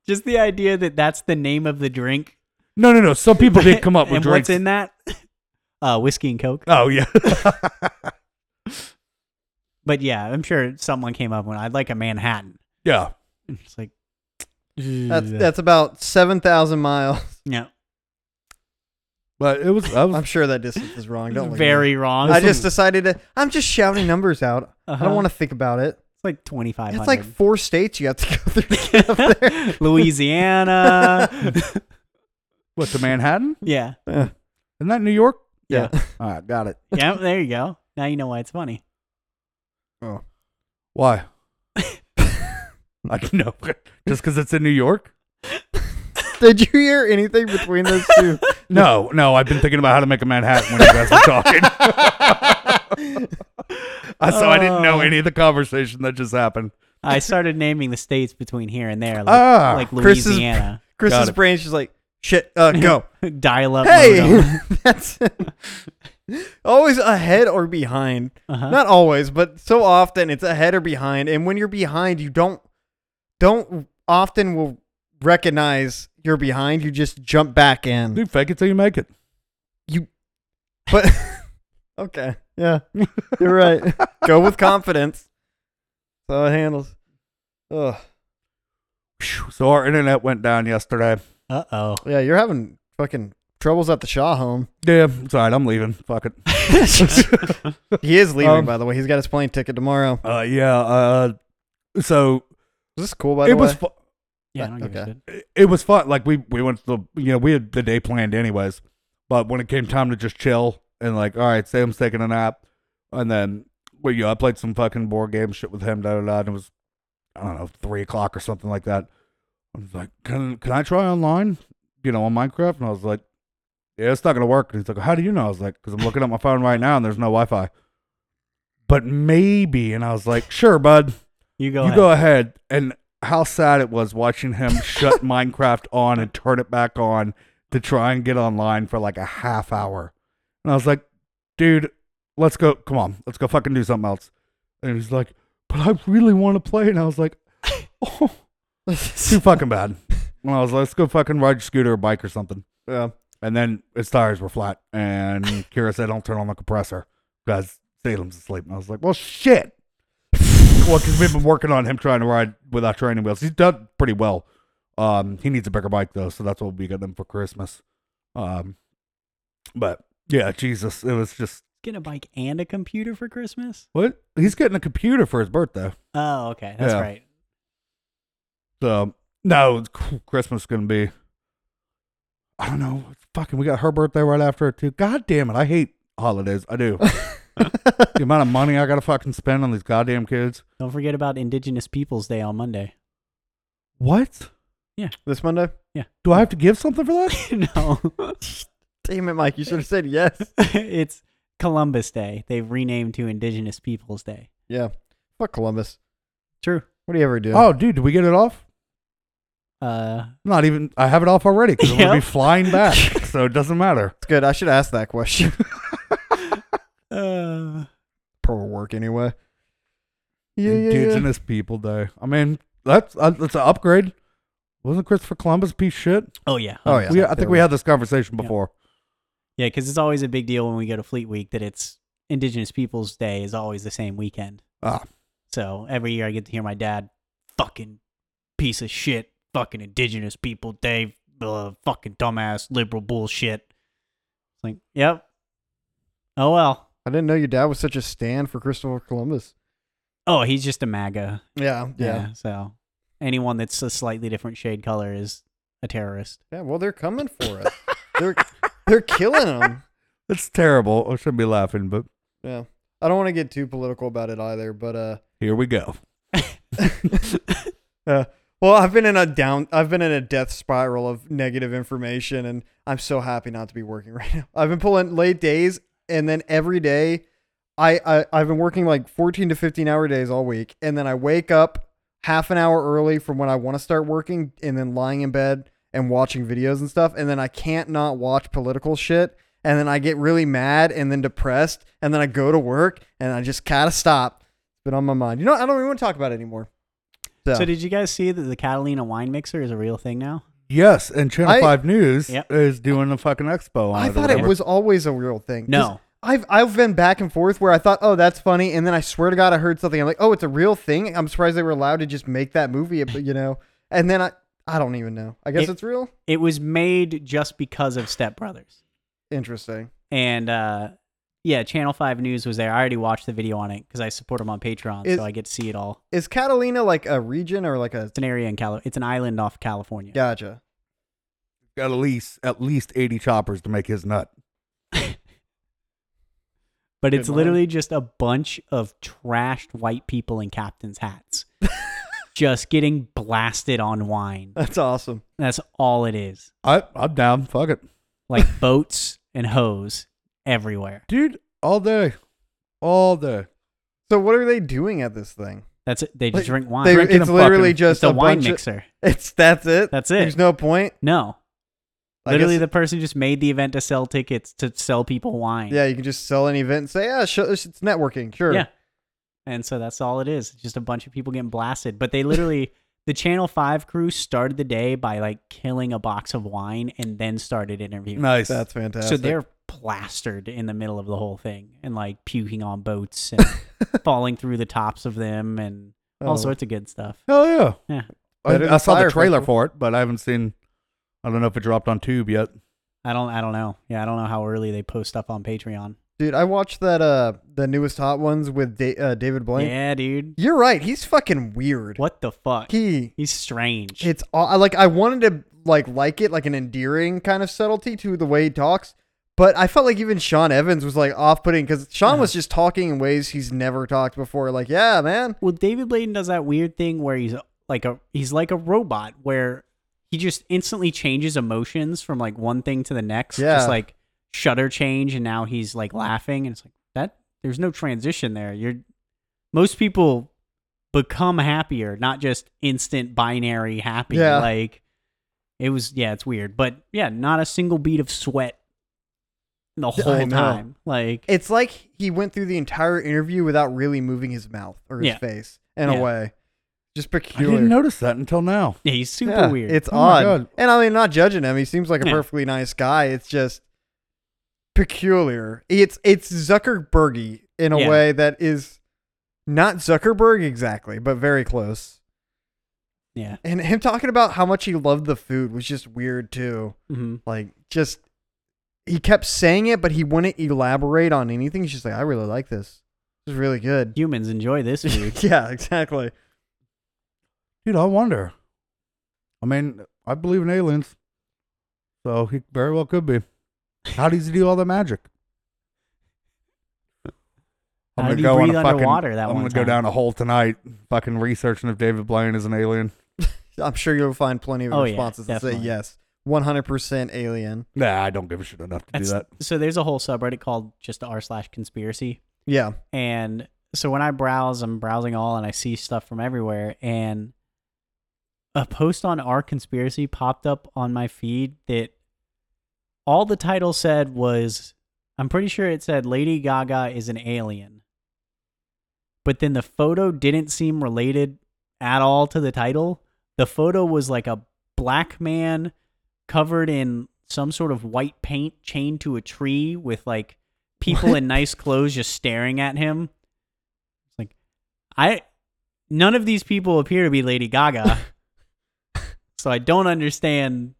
Speaker 2: just the idea that that's the name of the
Speaker 3: (laughs)
Speaker 2: drink.
Speaker 3: No, no, no. Some people did
Speaker 2: (laughs)
Speaker 3: come up with
Speaker 2: and what's
Speaker 3: drinks.
Speaker 2: in that? Uh, whiskey and coke.
Speaker 3: oh yeah. (laughs)
Speaker 2: But yeah, I'm sure someone came up when I'd like a Manhattan. (laughs)
Speaker 3: Yeah,
Speaker 2: And It's like
Speaker 1: That's that's about seven thousand miles.
Speaker 2: yeah,
Speaker 3: but it was. I was
Speaker 1: I'm sure that distance is wrong. Don't look at me.
Speaker 2: very wrong.
Speaker 1: I just decided to. I'm just shouting numbers out. I
Speaker 2: Uh-huh.
Speaker 1: don't want to think about it.
Speaker 2: it's like twenty five.
Speaker 1: It's like four states you have to go through to get (laughs) up there.
Speaker 2: (laughs)
Speaker 1: (laughs)
Speaker 2: Louisiana.
Speaker 3: what to Manhattan?
Speaker 2: yeah,
Speaker 1: Yeah.
Speaker 3: Isn't that New York?
Speaker 1: Yeah.
Speaker 3: All right, got it.
Speaker 2: yeah. There you go. Now you know why
Speaker 1: (laughs)
Speaker 2: it's funny.
Speaker 3: Why? like no, (laughs) just because it's in New York?
Speaker 1: (laughs) Did you hear anything between those
Speaker 2: (laughs)
Speaker 1: two?
Speaker 3: No, no. I've been thinking about how to make a Manhattan when you guys were talking. (laughs) I- so I didn't know
Speaker 2: Oh.
Speaker 3: any of the conversation that just happened.
Speaker 2: I started naming the states between here and there, like,
Speaker 3: Ah,
Speaker 2: like
Speaker 1: Chris is-
Speaker 2: Louisiana. (laughs)
Speaker 1: Chris's
Speaker 3: it.
Speaker 1: brain's just like, shit, uh, go.
Speaker 2: Dial up.
Speaker 1: hey! (laughs) That's always ahead or behind.
Speaker 2: uh
Speaker 1: Not always, but so often it's ahead or behind. And when you're behind, you don't, don't often will recognize you're behind. You just jump back in.
Speaker 3: dude, fake it till you make it.
Speaker 1: You, (laughs) but, okay. Yeah. You're right. (laughs) go with confidence. So it handles. Ugh.
Speaker 3: Phew, So our internet went down yesterday.
Speaker 2: Uh oh.
Speaker 1: Yeah, you're having fucking troubles at the Shaw home.
Speaker 3: Yeah, it's all right. I'm leaving. Fuck it.
Speaker 1: (laughs) He is leaving,
Speaker 3: Um,
Speaker 1: by the way. He's got his plane ticket tomorrow.
Speaker 3: Uh, yeah. Uh, so
Speaker 1: Is this cool, by the
Speaker 3: it was
Speaker 1: way?
Speaker 3: fu-
Speaker 2: Yeah, I don't give a
Speaker 1: Okay.
Speaker 2: shit.
Speaker 3: it was fun. Like we we went to the you know we had the day planned anyways, but when it came time to just chill and like all right, Sam's taking a nap, and then well you know, I played some fucking board game shit with him da da da, and it was I don't know three o'clock or something like that. I was like, can can I try online? You know, on Minecraft, and I was like, yeah, it's not gonna work. And he's like, how do you know? I was like, because I'm looking at my phone right now and there's no Wi-Fi. But maybe, and I was like, sure, bud
Speaker 2: You go.
Speaker 3: you
Speaker 2: ahead.
Speaker 3: go ahead and how sad it was watching him shut (laughs) minecraft on and turn it back on to try and get online for like a half hour and i was like dude let's go come on let's go fucking do something else and he's like but i really want to play and i was like oh too
Speaker 2: (laughs)
Speaker 3: fucking bad and i was like let's go fucking ride your scooter or bike or something
Speaker 1: yeah.
Speaker 3: and then his tires were flat and kira said don't turn on the compressor because salem's asleep and i was like well shit well, because we've been working on him trying to ride without training wheels. He's done pretty well. Um, he needs a bigger bike though, so that's what we got him for Christmas. Um, but yeah, Jesus, it was just
Speaker 2: Get a bike and a computer for Christmas?
Speaker 3: what he's getting a computer for his birthday.
Speaker 2: Oh, okay. That's
Speaker 3: Yeah.
Speaker 2: right.
Speaker 3: So no, it's cr- Christmas is gonna be. I don't know. Fucking, we got her birthday right after it too. God damn it, I hate holidays. I do. the amount of money I gotta fucking spend on these goddamn kids.
Speaker 2: Don't forget about Indigenous Peoples Day on Monday. (laughs)
Speaker 3: What?
Speaker 1: (laughs) This Monday?
Speaker 3: Do I have to give something for that?
Speaker 2: (laughs) no.
Speaker 1: Damn it, Mike. You should have said yes.
Speaker 2: it's Columbus Day. They've renamed to Indigenous Peoples Day.
Speaker 1: Yeah. Fuck Columbus.
Speaker 2: True.
Speaker 1: What are you ever doing?
Speaker 3: Oh, dude, did we get it off?
Speaker 2: Uh,
Speaker 3: Not even. I have it off already because I'm gonna be
Speaker 2: Yep.
Speaker 3: flying
Speaker 1: (laughs)
Speaker 3: back, so it doesn't matter.
Speaker 1: it's good. I should ask that question. (laughs)
Speaker 2: uh,
Speaker 1: Probably work anyway. Yeah, yeah, yeah.
Speaker 3: Indigenous People Day. I mean, that's uh, that's an upgrade. Wasn't Christopher Columbus a piece of shit?
Speaker 2: oh, yeah.
Speaker 1: Oh, yeah.
Speaker 3: We- I think we
Speaker 1: Terrible.
Speaker 3: had this conversation
Speaker 2: Yeah.
Speaker 3: before.
Speaker 2: Yeah, because it's always a big deal when we go to Fleet Week that it's Indigenous Peoples Day is always the same weekend.
Speaker 3: Ah.
Speaker 2: So every year I get to hear my dad, fucking piece of shit, fucking Indigenous People Day, uh, fucking dumbass liberal bullshit. It's like, yep. Oh, well.
Speaker 1: I didn't know your dad was such a stand for Christopher Columbus.
Speaker 2: Oh, he's just a MAGA.
Speaker 1: Yeah,
Speaker 2: Yeah.
Speaker 1: yeah.
Speaker 2: so anyone that's a slightly different shade color is a terrorist.
Speaker 1: (laughs)
Speaker 2: (laughs)
Speaker 1: Yeah, well, they're coming for us. they're they're killing them.
Speaker 3: It's terrible. I shouldn't be laughing, but
Speaker 1: Yeah. I don't want to get too political about it either, but uh
Speaker 3: here we go.
Speaker 1: well, I've been in a down I've been in a death spiral of negative information and I'm so happy not to be working (laughs) right now. I've been pulling late days and then every day I, I I've been working like 14 to 15 hour days all week and then I wake up half an hour early from when I want to start working and then lying in bed and watching videos and stuff and then I can't not watch political shit and then I get really mad and then depressed and then I go to work and I just gotta stop. It's been on my mind. You know, what? I don't even want to talk about it anymore.
Speaker 2: So did you guys see that the Catalina wine mixer is a real thing now?
Speaker 3: Yes, and Channel
Speaker 1: I-
Speaker 3: Five News
Speaker 2: Yep.
Speaker 3: is doing a fucking expo on
Speaker 1: I
Speaker 3: it. or
Speaker 1: thought it
Speaker 3: whatever.
Speaker 1: was always a real thing. 'Cause
Speaker 2: No.
Speaker 1: I've I've been back and forth where I thought, oh, that's funny, and then I swear to God, I heard something. I'm like, oh, it's a real thing. I'm surprised they were allowed to just make that movie, but you know. And then I I don't even know. I guess
Speaker 2: It-
Speaker 1: it's real.
Speaker 2: It was made just because of Step Brothers.
Speaker 1: Interesting.
Speaker 2: And uh, yeah, Channel 5 News was there. I already watched the video on it because I support them on Patreon,
Speaker 1: Is-
Speaker 2: so I get to see it all.
Speaker 1: Is Catalina like a region or like a?
Speaker 2: It's an area in Cali- It's an island off California.
Speaker 1: Gotcha.
Speaker 3: at least at least eighty choppers to make his nut.
Speaker 2: But
Speaker 1: Good
Speaker 2: it's
Speaker 1: mind.
Speaker 2: literally just a bunch of trashed white people in captain's
Speaker 1: (laughs)
Speaker 2: hats just getting blasted on wine.
Speaker 1: That's awesome.
Speaker 2: That's all it is.
Speaker 3: I I'm down. Fuck it,
Speaker 1: (laughs)
Speaker 2: Like boats and hose everywhere.
Speaker 3: dude. All day, all day.
Speaker 1: So what are they doing at this thing?
Speaker 2: That's it. They just
Speaker 1: Like,
Speaker 2: drink wine.
Speaker 1: They,
Speaker 3: Drinking
Speaker 1: it's
Speaker 3: a
Speaker 1: literally
Speaker 3: fucking-
Speaker 1: just
Speaker 2: it's a, wine
Speaker 1: bunch of-
Speaker 2: mixer.
Speaker 1: it's that's it.
Speaker 2: That's
Speaker 1: There's
Speaker 2: it.
Speaker 1: no point.
Speaker 2: No.
Speaker 1: I
Speaker 2: Literally,
Speaker 1: guess-
Speaker 2: the person just made the event to sell tickets to sell people wine.
Speaker 1: yeah, you can just sell an event and say, yeah, sh- it's networking. Sure.
Speaker 2: Yeah. And so that's all it is. It's just a bunch of people getting blasted. But they
Speaker 1: (laughs)
Speaker 2: literally, the Channel 5 crew started the day by like killing a box of wine and then started interviewing.
Speaker 3: Nice.
Speaker 1: That's fantastic.
Speaker 2: so they're plastered in the middle of the whole thing and like puking on
Speaker 1: (laughs)
Speaker 2: boats and falling through the tops of them and all
Speaker 1: Oh.
Speaker 2: sorts of good stuff.
Speaker 3: Hell yeah.
Speaker 2: Yeah.
Speaker 3: I,
Speaker 1: Better than
Speaker 3: I saw
Speaker 1: Fire
Speaker 3: the trailer
Speaker 1: Festival.
Speaker 3: for it, but I haven't seen. I don't know if it dropped on Tube yet.
Speaker 2: I don't I don't know. Yeah, I don't know how early they post stuff on Patreon.
Speaker 1: Dude, I watched that uh the newest Hot Ones with da- uh, David Blaine.
Speaker 2: Yeah, dude.
Speaker 1: You're right. He's fucking weird.
Speaker 2: What the fuck?
Speaker 1: he?
Speaker 2: He's strange.
Speaker 1: It's all I- like I wanted to like like it like an endearing kind of subtlety to the way he talks, but I felt like even Sean Evans was like off putting because Sean
Speaker 2: (laughs)
Speaker 1: was just talking in ways he's never talked before. Like, yeah, man.
Speaker 2: Well, David Bladen does that weird thing where he's like a he's like a robot where he just instantly changes emotions from like one thing to the next.
Speaker 1: Yeah.
Speaker 2: Just like shutter change and now he's like laughing and it's like that there's no transition there. You're most people become happier, not just instant binary happy.
Speaker 1: Yeah.
Speaker 2: Like it was yeah, it's weird. But yeah, not a single beat of sweat the whole
Speaker 1: know.
Speaker 2: time. Like
Speaker 1: It's like he went through the entire interview without really moving his mouth or his
Speaker 2: Yeah.
Speaker 1: face in
Speaker 2: Yeah.
Speaker 1: a way. Just
Speaker 3: I
Speaker 1: peculiar.
Speaker 3: didn't notice that until now.
Speaker 2: yeah, he's super
Speaker 1: Yeah,
Speaker 2: weird.
Speaker 1: It's
Speaker 3: Oh my
Speaker 1: odd.
Speaker 3: God.
Speaker 1: And I mean, not judging him. He seems like a
Speaker 2: Yeah.
Speaker 1: perfectly nice guy. It's just peculiar. It's it's Zuckerbergy in a
Speaker 2: Yeah.
Speaker 1: way that is Not Zuckerberg exactly, but very close.
Speaker 2: Yeah.
Speaker 1: And him talking about how much he loved the food was just weird too.
Speaker 2: hmm
Speaker 1: Like just he kept saying it, but he wouldn't elaborate on anything. He's just like, I really like this. This is really (laughs) good.
Speaker 2: Humans enjoy this food.
Speaker 1: yeah, exactly.
Speaker 3: Dude, I wonder. I mean, I believe in aliens. So he very well could be. How does he do all the magic?
Speaker 2: How
Speaker 3: gonna
Speaker 2: did he
Speaker 3: on a
Speaker 2: breathe underwater that
Speaker 3: I'm
Speaker 2: one
Speaker 3: gonna go
Speaker 2: time?
Speaker 3: down a hole tonight fucking researching if David Blaine is an alien.
Speaker 1: I'm sure you'll find plenty of
Speaker 2: Oh, yeah,
Speaker 1: responses that say
Speaker 2: definitely.
Speaker 1: yes. 100% alien.
Speaker 3: Nah, I don't give a shit enough to
Speaker 2: That's-
Speaker 3: do that.
Speaker 2: So there's a whole subreddit called just r slash conspiracy,
Speaker 1: Yeah.
Speaker 2: and so when I browse, I'm browsing all, and I see stuff from everywhere, and a post on our conspiracy popped up on my feed that all the title said was I'm pretty sure it said Lady Gaga is an alien. But then the photo didn't seem related at all to the title. The photo was like a black man covered in some sort of white paint chained to a tree with like people in nice clothes just staring at him. It's like I none of these people appear to be Lady Gaga. so I don't understand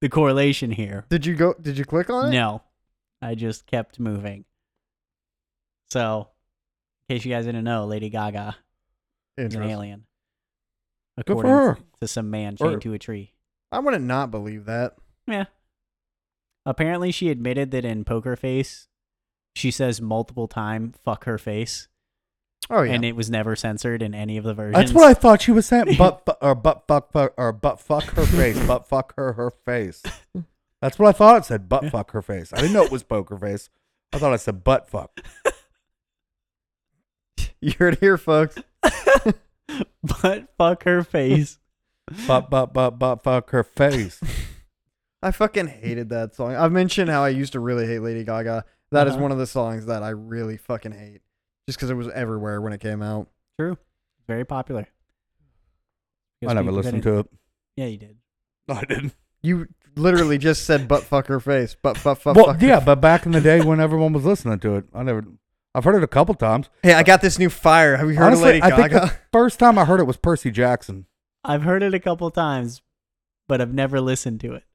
Speaker 2: the correlation here.
Speaker 1: Did you go did you click on it?
Speaker 2: No, I just kept moving. So, in case you guys didn't know, Lady Gaga is an
Speaker 1: Interesting.
Speaker 2: alien.
Speaker 3: for
Speaker 2: According
Speaker 3: her.
Speaker 2: to some man chained
Speaker 3: Or-
Speaker 2: to a tree.
Speaker 1: I wouldn't not believe that.
Speaker 2: Yeah. Apparently, she admitted that in Poker Face, she says multiple time "fuck her face,"
Speaker 1: Oh yeah. (laughs)
Speaker 2: and it was never censored in any of the versions.
Speaker 3: That's what I thought she was saying. Butt fu- or butt fuck fuck or butt fuck her face. butt fuck her her face. That's what I thought it said. Butt fuck her face. I didn't know it was poker face. I thought it said butt fuck.
Speaker 1: you heard it here, folks.
Speaker 2: (laughs) but fuck her
Speaker 3: (laughs)
Speaker 2: face.
Speaker 3: Butt butt butt butt fuck her face.
Speaker 1: I fucking hated that song. I've mentioned how I used to really hate Lady Gaga. That is
Speaker 2: Uh-huh.
Speaker 1: one of the songs that I really fucking hate, just because it was everywhere when it came out.
Speaker 2: True. Very popular.
Speaker 3: I never listened to it.
Speaker 2: Yeah, you did.
Speaker 3: No, I didn't.
Speaker 1: You literally just said
Speaker 2: (laughs)
Speaker 1: "butt fuck her face," butt fuck fuck.
Speaker 3: well,
Speaker 1: fuck her
Speaker 3: yeah, but back in the day when everyone was listening to it, I never. I've heard it a couple times.
Speaker 1: Hey, I got this new fire. Have you heard
Speaker 3: Honestly,
Speaker 1: of Lady
Speaker 3: I think
Speaker 1: Gaga?
Speaker 3: the first time I heard it was Percy Jackson.
Speaker 2: I've heard it a couple times, but I've never listened to it. (laughs)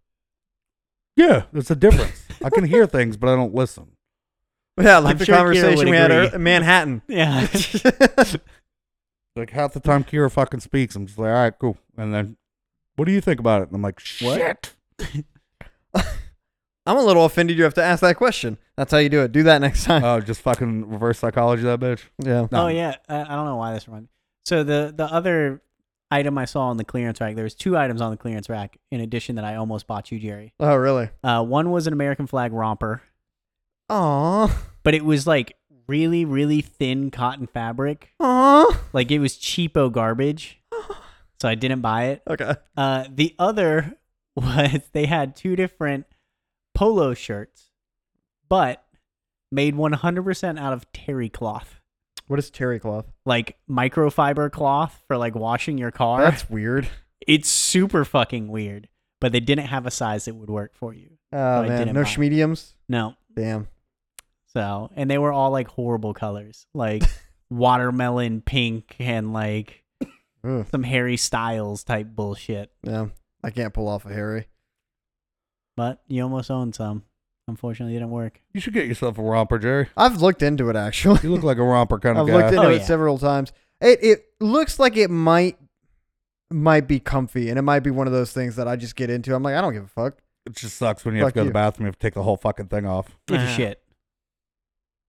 Speaker 3: Yeah, there's a difference. I can hear things, but I don't listen.
Speaker 1: (laughs) yeah, like
Speaker 2: I'm
Speaker 1: the
Speaker 2: sure Kira
Speaker 1: conversation
Speaker 2: would
Speaker 1: we had
Speaker 2: agree.
Speaker 1: ear- in
Speaker 2: (laughs)
Speaker 1: Manhattan. (laughs)
Speaker 3: (laughs)
Speaker 2: Yeah.
Speaker 3: Like half the time Kira fucking speaks, I'm just like, all right, cool. And then, what do you think about it? And I'm like,
Speaker 2: What?
Speaker 3: shit.
Speaker 1: I'm a little offended. You have to ask that question. That's how you do it. Do that next time.
Speaker 3: (laughs) Oh, just fucking reverse psychology that bitch.
Speaker 1: yeah.
Speaker 3: No.
Speaker 2: Oh yeah, I, I don't know why this reminds. me. So the the other item I saw on the clearance rack, there was two items on the clearance rack in addition that I almost bought you, Jerry.
Speaker 1: Oh really?
Speaker 2: Uh, one was an American flag romper,
Speaker 1: Aw.
Speaker 2: but it was like really really thin cotton fabric,
Speaker 1: Aw.
Speaker 2: like it was cheapo garbage. So I didn't buy it.
Speaker 1: Okay.
Speaker 2: Uh, the other (laughs) was they had two different polo shirts, but made 100% out of terry cloth,
Speaker 1: What is terry cloth?
Speaker 2: like microfiber cloth for like washing your car.
Speaker 1: That's
Speaker 2: (laughs)
Speaker 1: weird.
Speaker 2: it's super fucking weird, but they didn't have a size that would work for you.
Speaker 1: Oh
Speaker 2: I
Speaker 1: man,
Speaker 2: didn't
Speaker 1: no
Speaker 2: buy it.
Speaker 1: schmediums.
Speaker 2: No.
Speaker 1: Damn.
Speaker 2: So, and they were all like horrible colors, like
Speaker 1: (laughs)
Speaker 2: watermelon pink and like
Speaker 1: Ugh.
Speaker 2: some Harry Styles type bullshit.
Speaker 1: Yeah, I can't pull off a Harry.
Speaker 2: But you almost owned some. Unfortunately, it didn't work.
Speaker 3: You should get yourself a romper, Jerry.
Speaker 1: I've looked into it actually. (laughs)
Speaker 3: You look like a romper kind
Speaker 1: I've
Speaker 3: of
Speaker 1: looked
Speaker 3: guy.
Speaker 1: into
Speaker 2: Oh,
Speaker 1: it
Speaker 2: yeah.
Speaker 1: several times. It it looks like it might might be comfy, and it might be one of those things that I just get into. I'm like, I don't give a fuck.
Speaker 3: It just sucks when you have
Speaker 1: Fuck
Speaker 3: to go to
Speaker 1: you.
Speaker 3: the bathroom. You have to take the whole fucking thing off.
Speaker 2: It's
Speaker 1: Yeah.
Speaker 2: shit.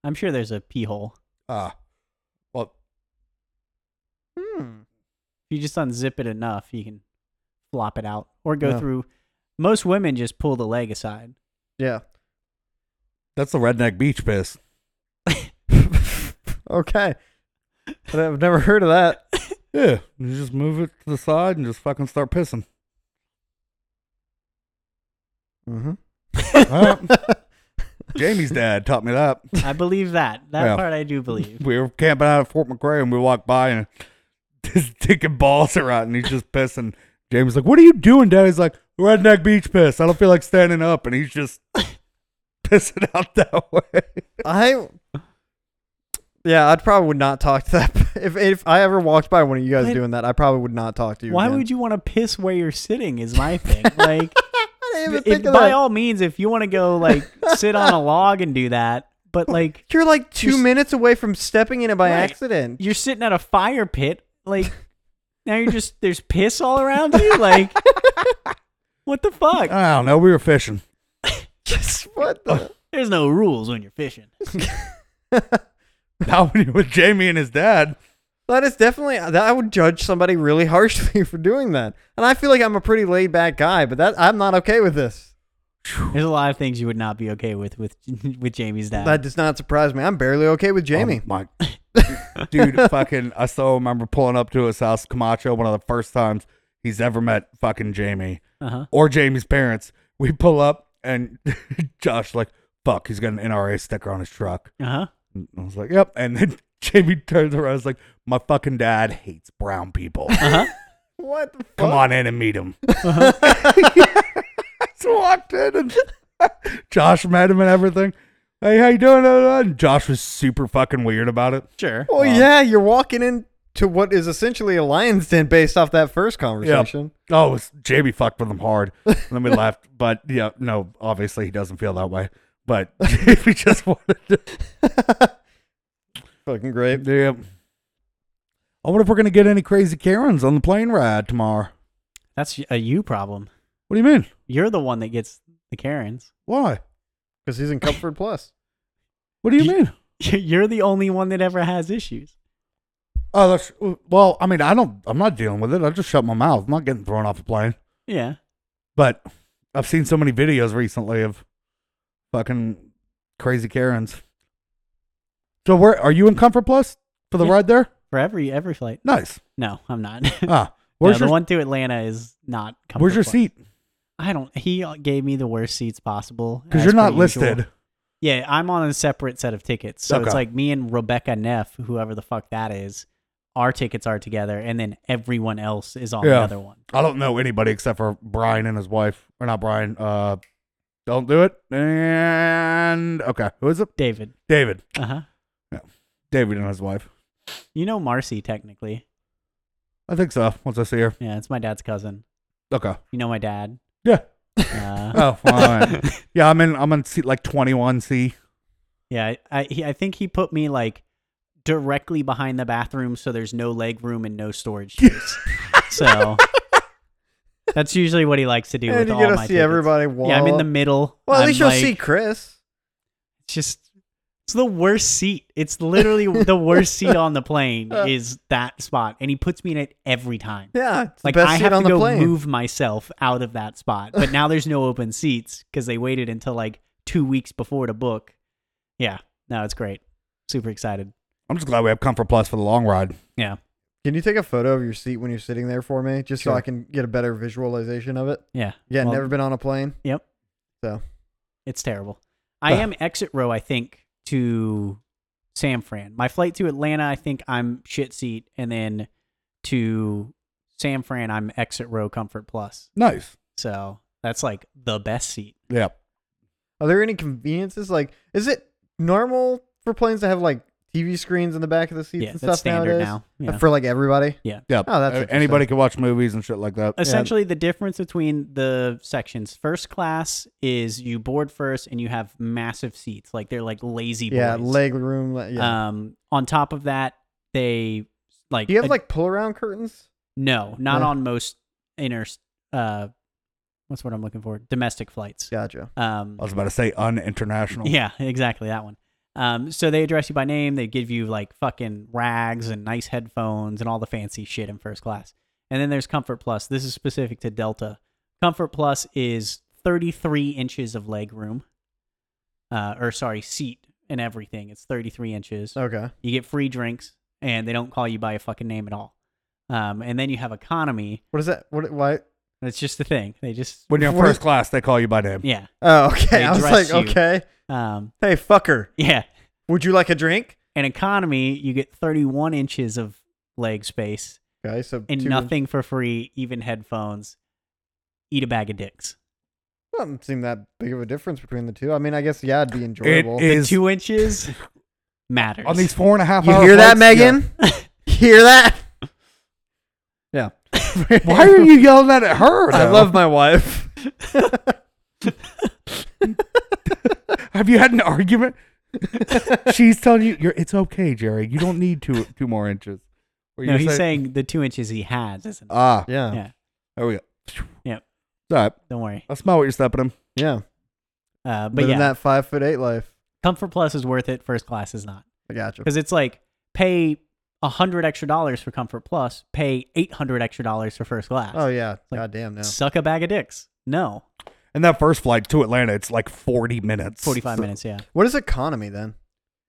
Speaker 2: I'm sure there's a pee hole.
Speaker 3: Ah, well,
Speaker 1: Hmm.
Speaker 2: If you just unzip it enough, you can flop it out or go
Speaker 1: Yeah.
Speaker 2: through. Most women just pull the leg aside.
Speaker 1: Yeah. (laughs)
Speaker 3: that's the redneck beach piss.
Speaker 1: okay. But I've never heard of that.
Speaker 3: (laughs) Yeah, you just move it to the side and just fucking start pissing.
Speaker 1: Mm-hmm. (laughs)
Speaker 3: All right. Jamie's dad taught me that.
Speaker 2: I believe that. That
Speaker 3: Yeah.
Speaker 2: part I do
Speaker 1: (laughs)
Speaker 2: believe.
Speaker 3: We were camping out at Fort McRae and we walked by and (laughs) his dick balls are out and he's just pissing. Jamie's like, What are you doing, Dad? He's like, Redneck beach piss. I don't feel like standing up. And he's (laughs) just pissing out that way.
Speaker 1: I Yeah, I'd probably would not talk to that. (laughs) If if I ever walked by one of you guys
Speaker 2: But-
Speaker 1: doing that, I probably would not talk to you.
Speaker 2: Why would you want to piss where you're sitting? Is
Speaker 1: (laughs)
Speaker 2: my thing. Like,
Speaker 1: I didn't even
Speaker 2: it-
Speaker 1: think of
Speaker 2: by
Speaker 1: that.
Speaker 2: all means, if you want to go like sit on
Speaker 1: (laughs)
Speaker 2: a log and do that, but like
Speaker 1: You're like 2
Speaker 2: You're s-
Speaker 1: minutes away from stepping in it by
Speaker 2: Right.
Speaker 1: accident.
Speaker 2: you're sitting at a fire pit, like now you're just there's piss all around you.
Speaker 1: (laughs)
Speaker 2: Like, what the
Speaker 1: Uh,
Speaker 2: fuck?
Speaker 3: I don't know. We were fishing.
Speaker 1: (laughs)
Speaker 3: (laughs)
Speaker 1: Just what the?
Speaker 2: There's no rules when you're
Speaker 1: (sighs)
Speaker 2: fishing.
Speaker 3: Not when you were (laughs) with Jamie and his dad.
Speaker 1: (laughs) That is definitely that I would judge somebody really harshly (laughs) for doing that. And I feel like I'm a pretty laid back guy, but that I'm not okay with this.
Speaker 2: There's a lot of things you would not be okay with (laughs) with with Jamie's dad.
Speaker 1: That does not surprise me. I'm barely okay with Jamie.
Speaker 3: Oh, my (laughs) dude, fucking. I still remember pulling up to his house, Camacho, one of the first times he's ever met fucking Jamie
Speaker 2: uh-huh.
Speaker 3: or Jamie's parents. We pull up and (laughs) Josh like, fuck, he's got an NRA sticker on his truck.
Speaker 2: Uh-huh.
Speaker 3: And I was like, yep. And then (laughs) Jamie turns around, and is like, my fucking dad hates brown people. (laughs)
Speaker 2: Uh-huh.
Speaker 1: what the fuck?
Speaker 3: Come on in and meet him. (laughs) so walked in and (laughs) Josh met him and everything. Hey, how you doing? And Josh was super fucking weird about it.
Speaker 2: Sure.
Speaker 1: Well, Oh, yeah, you're walking into what is essentially a lion's den based off that first conversation.
Speaker 3: Oh, it was, Jamie fucked with him hard. And then we left. But yeah, no, obviously he doesn't feel that way. But (laughs) Jamie just wanted to. (laughs)
Speaker 1: Fucking great. (laughs)
Speaker 3: Yeah. I wonder if we're gonna get any crazy Karens on the plane ride tomorrow.
Speaker 2: That's a you problem.
Speaker 3: What do you mean?
Speaker 2: You're the one that gets the Karens.
Speaker 3: Why?
Speaker 1: Because (laughs) he's in Comfort Plus.
Speaker 3: What do you
Speaker 2: You-
Speaker 3: mean?
Speaker 2: (laughs) You're the only one that ever has issues.
Speaker 3: Oh, that's well. I mean, I don't. I'm not dealing with it. I just shut my mouth. I'm not getting thrown off a plane.
Speaker 2: Yeah.
Speaker 3: But I've seen so many videos recently of fucking crazy Karens. So where are you in Comfort Plus for the
Speaker 2: Yeah.
Speaker 3: ride there?
Speaker 2: For every every flight. (laughs)
Speaker 3: Nice.
Speaker 2: No, I'm not. (laughs)
Speaker 3: Ah,
Speaker 2: no,
Speaker 3: where's
Speaker 2: the
Speaker 3: your
Speaker 2: one to Atlanta is not comfortable.
Speaker 3: where's your seat?
Speaker 2: I don't he uh, gave me the worst seats possible.
Speaker 3: Because
Speaker 2: as
Speaker 3: you're not
Speaker 2: per usual.
Speaker 3: listed.
Speaker 2: Yeah, I'm on a separate set of tickets. So
Speaker 3: Okay.
Speaker 2: it's like me and Rebecca Neff, whoever the fuck that is, our tickets are together and then everyone else is on the
Speaker 3: Yeah.
Speaker 2: other one.
Speaker 3: I don't know anybody except for Brian and his wife, or not Brian. Uh, don't do it. And okay, who is it?
Speaker 2: David.
Speaker 3: David.
Speaker 2: Uh-huh.
Speaker 3: David and his wife.
Speaker 2: You know Marcy technically.
Speaker 3: I think so. Once I see her.
Speaker 2: Yeah, it's my dad's cousin.
Speaker 3: Okay.
Speaker 2: You know my dad.
Speaker 3: Yeah. (laughs)
Speaker 2: Uh,
Speaker 3: Oh, all right. yeah. I'm in. I'm in seat like 21C.
Speaker 2: yeah, I I, he, I think he put me like directly behind the bathroom, so there's no leg room and
Speaker 1: (laughs)
Speaker 2: no storage space. so that's usually what he likes to do
Speaker 1: and
Speaker 2: with
Speaker 1: you
Speaker 2: all
Speaker 1: get to
Speaker 2: my
Speaker 1: see
Speaker 2: tickets.
Speaker 1: everybody wall.
Speaker 2: Yeah, I'm in the middle.
Speaker 1: Well, at
Speaker 2: I'm
Speaker 1: least you'll
Speaker 2: like-
Speaker 1: see Chris.
Speaker 2: It's just it's the worst seat.
Speaker 1: (laughs)
Speaker 2: It's literally the worst seat on the plane
Speaker 1: Uh.
Speaker 2: is that spot, and he puts me in it every time.
Speaker 1: Yeah, it's
Speaker 2: Like
Speaker 1: the best
Speaker 2: I
Speaker 1: seat
Speaker 2: have
Speaker 1: on
Speaker 2: to
Speaker 1: the
Speaker 2: go
Speaker 1: plane.
Speaker 2: move myself out of that spot, but now there's no open seats because they waited until like two weeks before to book. Yeah, no, it's great. Super excited.
Speaker 3: I'm just glad we have Comfort Plus for the long ride.
Speaker 2: Yeah,
Speaker 1: Can you take a photo of your seat when you're sitting there for me, just so
Speaker 3: Sure.
Speaker 1: I can get a better visualization of it?
Speaker 2: yeah,
Speaker 1: Yeah,
Speaker 2: Well,
Speaker 1: never been on a plane.
Speaker 2: Yep.
Speaker 1: So.
Speaker 2: it's terrible. I
Speaker 3: Ugh.
Speaker 2: am exit row. I think to San Fran. My flight to Atlanta. I think I'm shit seat, and then to San Fran, I'm exit row comfort plus.
Speaker 3: Nice.
Speaker 2: So that's like the best seat.
Speaker 3: Yeah.
Speaker 1: Are there any conveniences? Like, is it normal for planes to have like TV screens in the back of the seats
Speaker 2: yeah,
Speaker 1: and stuff
Speaker 2: that's standard
Speaker 1: nowadays? Uh,
Speaker 2: now. Yeah.
Speaker 1: For like everybody.
Speaker 3: Yeah.
Speaker 1: Oh, that's
Speaker 3: Uh,
Speaker 1: interesting.
Speaker 3: anybody can watch movies and shit like that.
Speaker 2: Essentially, the difference between the sections, first class is you board first and you have massive seats, like they're like lazy boys.
Speaker 1: Yeah, leg room. le- Yeah.
Speaker 2: Um, on top of that, they like
Speaker 1: Do you
Speaker 2: a-
Speaker 1: have like pull around curtains?
Speaker 2: No, not
Speaker 1: No.
Speaker 2: on most inter. Uh, what's what I'm looking for? Domestic flights.
Speaker 1: Gotcha.
Speaker 2: Um,
Speaker 3: I was about to say uninternational.
Speaker 2: yeah, (laughs) exactly that one. Um, so they address you by name. They give you like fucking rags and nice headphones and all the fancy shit in first class. And then there's Comfort Plus. This is specific to Delta. Comfort Plus is 33 inches of leg room, uh, or sorry, seat and everything. It's 33 inches.
Speaker 1: Okay.
Speaker 2: You get free drinks, and they don't call you by a fucking name at all. Um, and then you have economy.
Speaker 1: What is that? What? Why?
Speaker 2: That's just the thing. They just
Speaker 3: When you're in
Speaker 1: What-
Speaker 3: first class, they call you by name.
Speaker 2: yeah.
Speaker 1: Oh, okay. (laughs)
Speaker 2: They
Speaker 1: I was like,
Speaker 2: dress you.
Speaker 1: okay.
Speaker 2: Um
Speaker 1: Hey, fucker.
Speaker 2: yeah.
Speaker 1: Would you like a drink?
Speaker 2: In economy, you get 31 inches of leg space
Speaker 1: Okay, so
Speaker 2: and
Speaker 1: two-
Speaker 2: nothing for free, even headphones. Eat a bag of dicks.
Speaker 1: Doesn't seem that big of a difference between the two. I mean, I guess yeah, it'd be
Speaker 3: It
Speaker 1: enjoyable.
Speaker 3: is
Speaker 2: Two inches matters.
Speaker 3: on these four and a half
Speaker 1: You
Speaker 3: hour
Speaker 1: hear that,
Speaker 3: flights? Yeah.
Speaker 1: Megan? You (laughs) hear that? (laughs) Yeah.
Speaker 3: Why are you yelling that at her?
Speaker 1: I
Speaker 3: though?
Speaker 1: love my wife.
Speaker 3: Have you had an
Speaker 1: (laughs)
Speaker 3: argument? She's telling you, you're, it's okay, Jerry. You don't need two two more inches. Or
Speaker 2: No,
Speaker 3: you're
Speaker 2: he's saying the two inches he has. Isn't it?
Speaker 3: ah,
Speaker 1: (laughs) Yeah.
Speaker 2: Yeah.
Speaker 1: Yeah.
Speaker 3: there we go.
Speaker 2: Yep.
Speaker 3: All right,
Speaker 2: Don't worry.
Speaker 3: I smell what you're stepping in.
Speaker 2: Uh, but
Speaker 1: Living
Speaker 2: yeah,
Speaker 1: that five foot eight life.
Speaker 2: Comfort Plus is worth it. First class is not
Speaker 1: I gotcha.
Speaker 2: because it's like pay a hundred extra dollars for Comfort Plus, pay eight hundred extra dollars for first class.
Speaker 1: Oh yeah.
Speaker 2: Like-
Speaker 1: God damn no.
Speaker 2: Suck a bag of dicks. No,
Speaker 3: And that first flight to Atlanta, it's like 40 minutes.
Speaker 2: forty-five
Speaker 3: So-
Speaker 2: minutes. Yeah,
Speaker 1: What is economy then?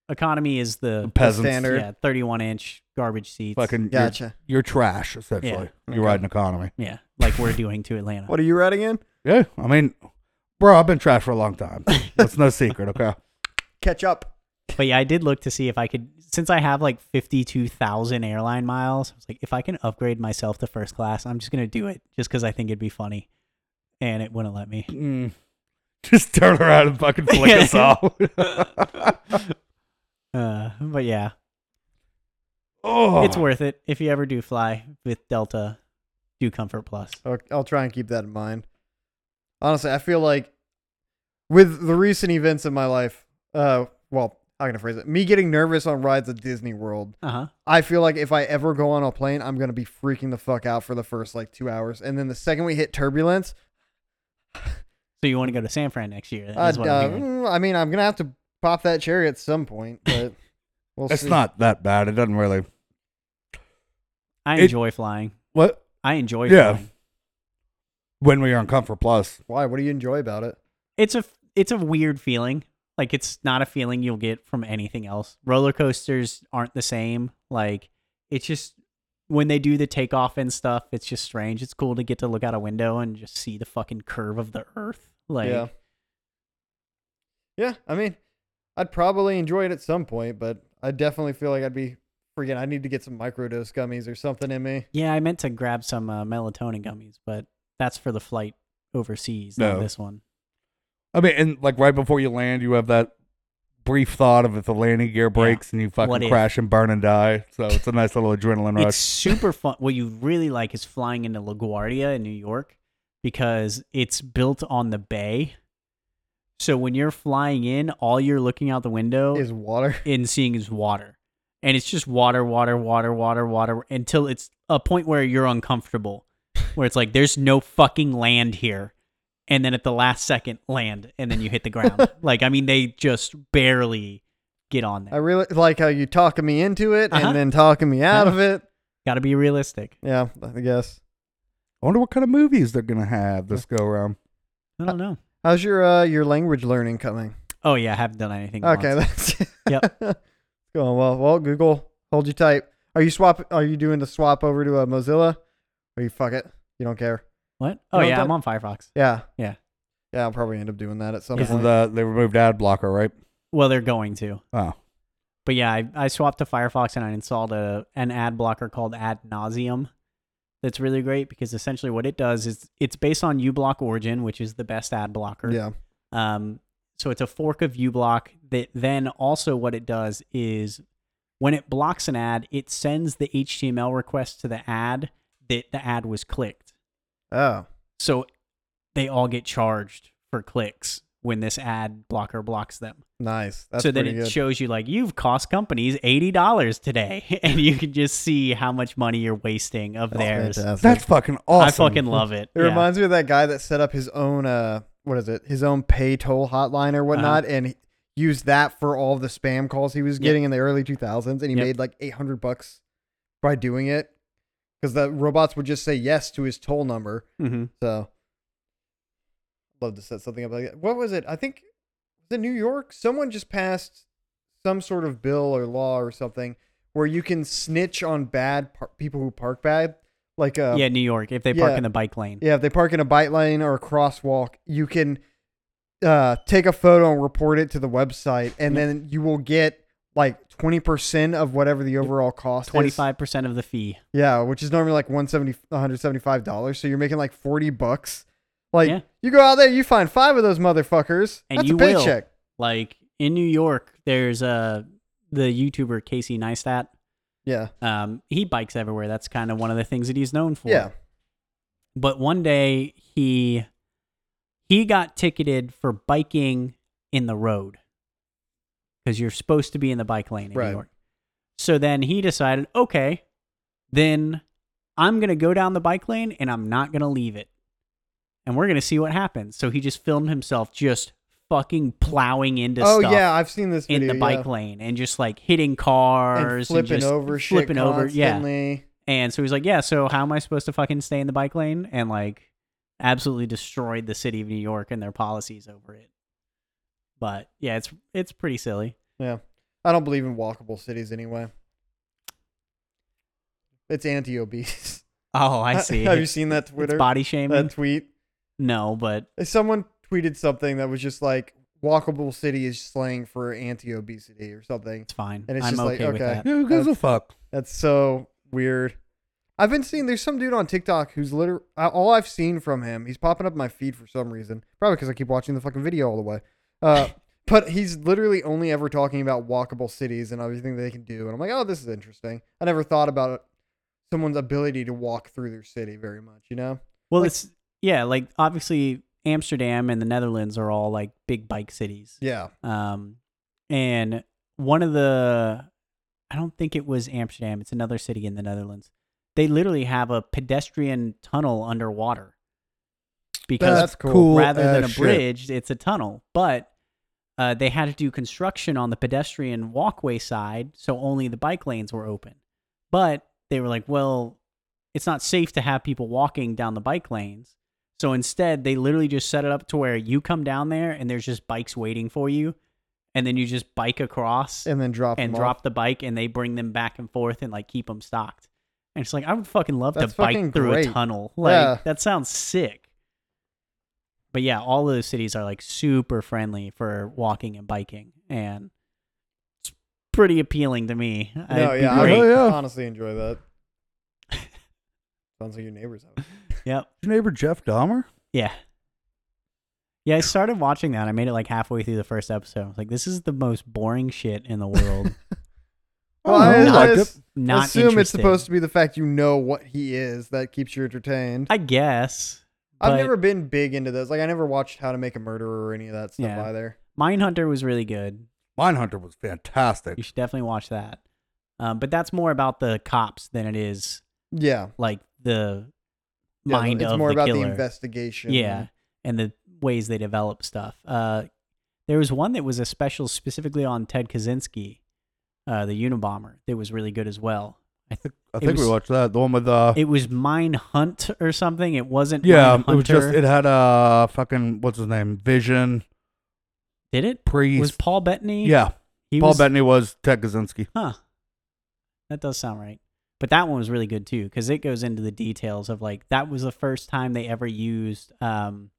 Speaker 2: economy is the
Speaker 3: Peasants.
Speaker 1: Standard.
Speaker 2: yeah thirty-one inch garbage seats.
Speaker 3: Fucking, you're,
Speaker 1: Gotcha.
Speaker 3: you're trash, essentially.
Speaker 2: Yeah.
Speaker 3: You're
Speaker 1: Okay.
Speaker 3: riding economy.
Speaker 2: yeah, like we're doing to Atlanta.
Speaker 1: What are you writing in?
Speaker 3: Yeah. I mean, bro, I've been trash for a
Speaker 2: (laughs)
Speaker 3: long time. That's no secret, okay?
Speaker 1: Catch up.
Speaker 2: But yeah, I did look to see if I could, since I have like 52,000 airline miles, I was like, if I can upgrade myself to first class, I'm just going to do it just because I think it'd be funny. And it wouldn't let me.
Speaker 3: Mm. Just turn around and fucking flick us off.
Speaker 2: (laughs) Uh, but yeah,
Speaker 3: oh.
Speaker 2: it's worth it. If you ever do fly with Delta, do Comfort Plus.
Speaker 1: I'll, I'll try and keep that in mind. Honestly, I feel like with the recent events in my life, uh, well, how can I phrase it? Me getting nervous on rides at Disney World.
Speaker 2: Uh huh.
Speaker 1: I feel like if I ever go on a plane, I'm gonna be freaking the fuck out for the first like two hours, and then the second we hit turbulence,
Speaker 2: So you want to go to San Fran next year? That's
Speaker 1: I'd,
Speaker 2: what
Speaker 1: uh,
Speaker 2: I'm hearing.
Speaker 1: mm, I mean, I'm gonna have to pop that cherry at some point, but we'll
Speaker 3: It's
Speaker 1: see.
Speaker 3: not that bad. It doesn't really.
Speaker 2: I
Speaker 3: it-
Speaker 2: enjoy flying.
Speaker 3: What?
Speaker 2: I enjoy
Speaker 3: Yeah.
Speaker 2: flying.
Speaker 3: When we were on Comfort Plus.
Speaker 1: Why? What do you enjoy about it?
Speaker 2: it's a it's a weird feeling. Like it's not a feeling you'll get from anything else. Roller coasters aren't the same. Like it's just when they do the takeoff and stuff, it's just strange. It's cool to get to look out a window and just see the fucking curve of the earth. Like
Speaker 1: yeah, yeah. I mean, I'd probably enjoy it at some point, but I definitely feel like I'd be freaking. I need to get some microdose gummies or something in me.
Speaker 2: yeah, I meant to grab some uh, melatonin gummies, but that's for the flight overseas.
Speaker 3: No.
Speaker 2: Not this one.
Speaker 3: I mean, and like right before you land, you have that brief thought of if the landing gear breaks and you
Speaker 2: What
Speaker 3: fucking
Speaker 2: if?
Speaker 3: crash and burn and die. So it's a nice little adrenaline rush.
Speaker 2: It's super fun. What you really like is flying into LaGuardia in New York because it's built on the bay. So when you're flying in, all you're looking out the window
Speaker 1: Is water?
Speaker 2: and seeing is water. And it's just water, water, water, water, water until it's a point where you're uncomfortable, where it's like, there's no fucking land here. And then at the last second, land, and then you hit
Speaker 1: (laughs)
Speaker 2: the ground. like, I mean, they just barely get on
Speaker 1: I
Speaker 2: there.
Speaker 1: really like how you talking me into it
Speaker 2: Uh-huh.
Speaker 1: and then talking me out
Speaker 2: Yeah.
Speaker 1: of it.
Speaker 2: Gotta be realistic.
Speaker 1: Yeah, I guess.
Speaker 3: I wonder what kind of movies they're gonna have this go around.
Speaker 2: I don't know.
Speaker 1: How's your uh, your language learning coming?
Speaker 2: Oh, yeah, I haven't done anything. in
Speaker 1: Okay,
Speaker 2: months.
Speaker 1: that's (laughs)
Speaker 2: Yep.
Speaker 1: going well. Well, Google, hold you tight. Are you swap? Are you doing the swap over to uh, Mozilla? Or you fuck it? You don't care?
Speaker 2: What? Oh
Speaker 1: No,
Speaker 2: yeah,
Speaker 1: that-
Speaker 2: I'm on Firefox.
Speaker 1: Yeah.
Speaker 2: Yeah.
Speaker 1: Yeah, I'll probably end up doing that at some
Speaker 2: Yeah.
Speaker 3: This is
Speaker 1: point.
Speaker 3: the they removed ad blocker, right?
Speaker 2: Well, they're going to.
Speaker 3: Oh,
Speaker 2: But yeah, I, I swapped to Firefox and I installed a an ad blocker called Ad Nauseum. That's really great because essentially what it does is it's based on uBlock Origin, which is the best ad blocker.
Speaker 1: yeah.
Speaker 2: Um, so it's a fork of uBlock that then also what it does is when it blocks an ad, it sends the HTML request to the ad that the ad was clicked.
Speaker 1: Oh.
Speaker 2: So they all get charged for clicks when this ad blocker blocks them.
Speaker 1: Nice. That's
Speaker 2: so then
Speaker 1: pretty
Speaker 2: it
Speaker 1: good.
Speaker 2: shows you like you've cost companies eighty dollars today, (laughs) and you can just see how much money you're wasting of
Speaker 1: That's
Speaker 2: theirs.
Speaker 1: fantastic.
Speaker 3: that's fucking awesome.
Speaker 2: I fucking love it.
Speaker 1: it
Speaker 2: Yeah.
Speaker 1: reminds me of that guy that set up his own uh what is it? His own pay toll hotline
Speaker 2: Uh-huh.
Speaker 1: or whatnot and he used that for all the spam calls he was
Speaker 2: Yep.
Speaker 1: getting in the early 2000s and he
Speaker 2: Yep.
Speaker 1: made like 800 bucks by doing it cuz the robots would just say yes to his toll number.
Speaker 2: Mhm.
Speaker 1: So love to set something up like that. What was it? I think was it New York? Someone just passed some sort of bill or law or something where you can snitch on bad par- people who park bad. Like uh,
Speaker 2: yeah, New York. If they park
Speaker 1: yeah.
Speaker 2: in the bike lane,
Speaker 1: yeah, if they park in a bike lane or a crosswalk, you can uh, take a photo and report it to the website, and then you will get like twenty percent of whatever the overall cost. is.
Speaker 2: twenty five percent of the fee.
Speaker 1: Yeah, which is normally like 170 175 dollars. So you're making like forty bucks. Like
Speaker 2: Yeah.
Speaker 1: you go out there, you find five of those motherfuckers,
Speaker 2: And
Speaker 1: that's
Speaker 2: you
Speaker 1: a
Speaker 2: will.
Speaker 1: paycheck.
Speaker 2: Like in New York, there's a the YouTuber Casey Neistat.
Speaker 1: Yeah.
Speaker 2: Um, he bikes everywhere. That's kind of one of the things that he's known for.
Speaker 1: Yeah.
Speaker 2: But one day he he got ticketed for biking in the road because you're supposed to be in the bike lane in
Speaker 1: Right.
Speaker 2: New York. So then he decided, okay, then I'm gonna go down the bike lane and I'm not gonna leave it, and we're gonna see what happens. So he just filmed himself just fucking plowing into
Speaker 1: Oh
Speaker 2: stuff
Speaker 1: yeah, I've seen this
Speaker 2: in
Speaker 1: video,
Speaker 2: the bike
Speaker 1: yeah.
Speaker 2: lane and just like hitting cars
Speaker 1: and flipping
Speaker 2: just
Speaker 1: over shit
Speaker 2: flipping over, yeah.
Speaker 1: constantly.
Speaker 2: And so he's like, "Yeah, so how am I supposed to fucking stay in the bike lane?" And like, absolutely destroyed the city of New York and their policies over it. But yeah, it's it's pretty silly.
Speaker 1: I don't believe in walkable cities anyway. It's anti-obese. (laughs)
Speaker 2: Oh, I see.
Speaker 1: Have you seen that Twitter?
Speaker 2: It's body shaming?
Speaker 1: that tweet.
Speaker 2: no, but
Speaker 1: Someone tweeted something that was just like "walkable city" is slang for anti-obesity or something.
Speaker 2: it's fine.
Speaker 1: And it's
Speaker 2: I'm
Speaker 1: just like,
Speaker 2: okay, with
Speaker 1: okay.
Speaker 2: that.
Speaker 3: Yeah, who gives a fuck?
Speaker 1: That's so weird. I've been seeing there's some dude on TikTok who's literally all I've seen from him. He's popping up in my feed for some reason, probably because I keep watching the fucking video all the way.
Speaker 2: (laughs)
Speaker 1: Uh, but he's literally only ever talking about walkable cities and everything they can do, and I'm like, oh, this is interesting. I never thought about someone's ability to walk through their city very much, you know?
Speaker 2: Well,
Speaker 1: Like-
Speaker 2: it's yeah, like obviously Amsterdam and the Netherlands are all like big bike cities.
Speaker 1: Yeah,
Speaker 2: Um, and one of the, I don't think it was Amsterdam. It's another city in the Netherlands. They literally have a pedestrian tunnel underwater because
Speaker 1: That's cool.
Speaker 2: rather than a
Speaker 3: as shit.
Speaker 2: bridge, it's a tunnel. But uh, they had to do construction on the pedestrian walkway side, so only the bike lanes were open. But they were like, well, it's not safe to have people walking down the bike lanes. So instead, they literally just set it up to where you come down there and there's just bikes waiting for you. And then you just bike across and,
Speaker 1: and then drop them
Speaker 2: drop
Speaker 1: Off.
Speaker 2: the bike and they bring them back and forth and like keep them stocked. And it's like, I would fucking love
Speaker 1: That's
Speaker 2: to bike
Speaker 1: fucking
Speaker 2: through
Speaker 1: great.
Speaker 2: a tunnel. Like,
Speaker 1: Yeah.
Speaker 2: that sounds sick. But yeah, all of those cities are like super friendly for walking and biking. And it's pretty appealing to me.
Speaker 1: No,
Speaker 2: I'd be
Speaker 1: yeah, I
Speaker 2: great. Oh,
Speaker 1: would
Speaker 3: Yeah.
Speaker 1: honestly enjoy
Speaker 2: (laughs)
Speaker 1: that. Sounds like your neighbors have.
Speaker 2: Yep.
Speaker 3: Your neighbor Jeff Dahmer?
Speaker 2: Yeah.
Speaker 1: (laughs)
Speaker 2: Yeah, I started watching that. I made it like halfway through the first episode. I was like, this is the most boring shit in
Speaker 1: (laughs)
Speaker 2: the world. (laughs)
Speaker 3: I don't know,
Speaker 2: Oh, I-
Speaker 3: liked it.
Speaker 2: Not
Speaker 1: assume it's
Speaker 2: interested.
Speaker 1: supposed to be the fact you know what he is that keeps you entertained.
Speaker 2: I guess.
Speaker 1: I, have
Speaker 2: but-
Speaker 1: never been big into those. Like I never watched How to Make a Murderer or any of that stuff
Speaker 2: Yeah.
Speaker 1: either.
Speaker 2: Mindhunter was really good.
Speaker 3: Mindhunter was fantastic.
Speaker 2: You should definitely watch that. Um, but that's more about the cops than it is
Speaker 1: Yeah,
Speaker 2: like the
Speaker 1: Yeah,
Speaker 2: mind
Speaker 1: it's
Speaker 2: of
Speaker 1: more
Speaker 2: the
Speaker 1: about
Speaker 2: killer.
Speaker 1: the investigation.
Speaker 2: Yeah, and the ways they develop stuff. Uh, there was one that was a special specifically on Ted Kaczynski, uh, the Unabomber, that was really good as well. I think
Speaker 3: I
Speaker 2: it
Speaker 3: think
Speaker 2: was-
Speaker 3: we watched that. The one with uh
Speaker 2: it was Mine Hunt or something. It wasn't.
Speaker 3: Yeah,
Speaker 2: Mine
Speaker 3: it was just
Speaker 2: Hunter.
Speaker 3: it had uh fucking what's his name? Vision
Speaker 2: Did it?
Speaker 3: Priest.
Speaker 2: Was Paul Bettany?
Speaker 3: yeah.
Speaker 2: he
Speaker 3: Paul
Speaker 2: was,
Speaker 3: Bettany was Ted Kaczynski.
Speaker 2: Huh. That does sound right. But that one was really good too because it goes into the details of like that was the first time they ever used um,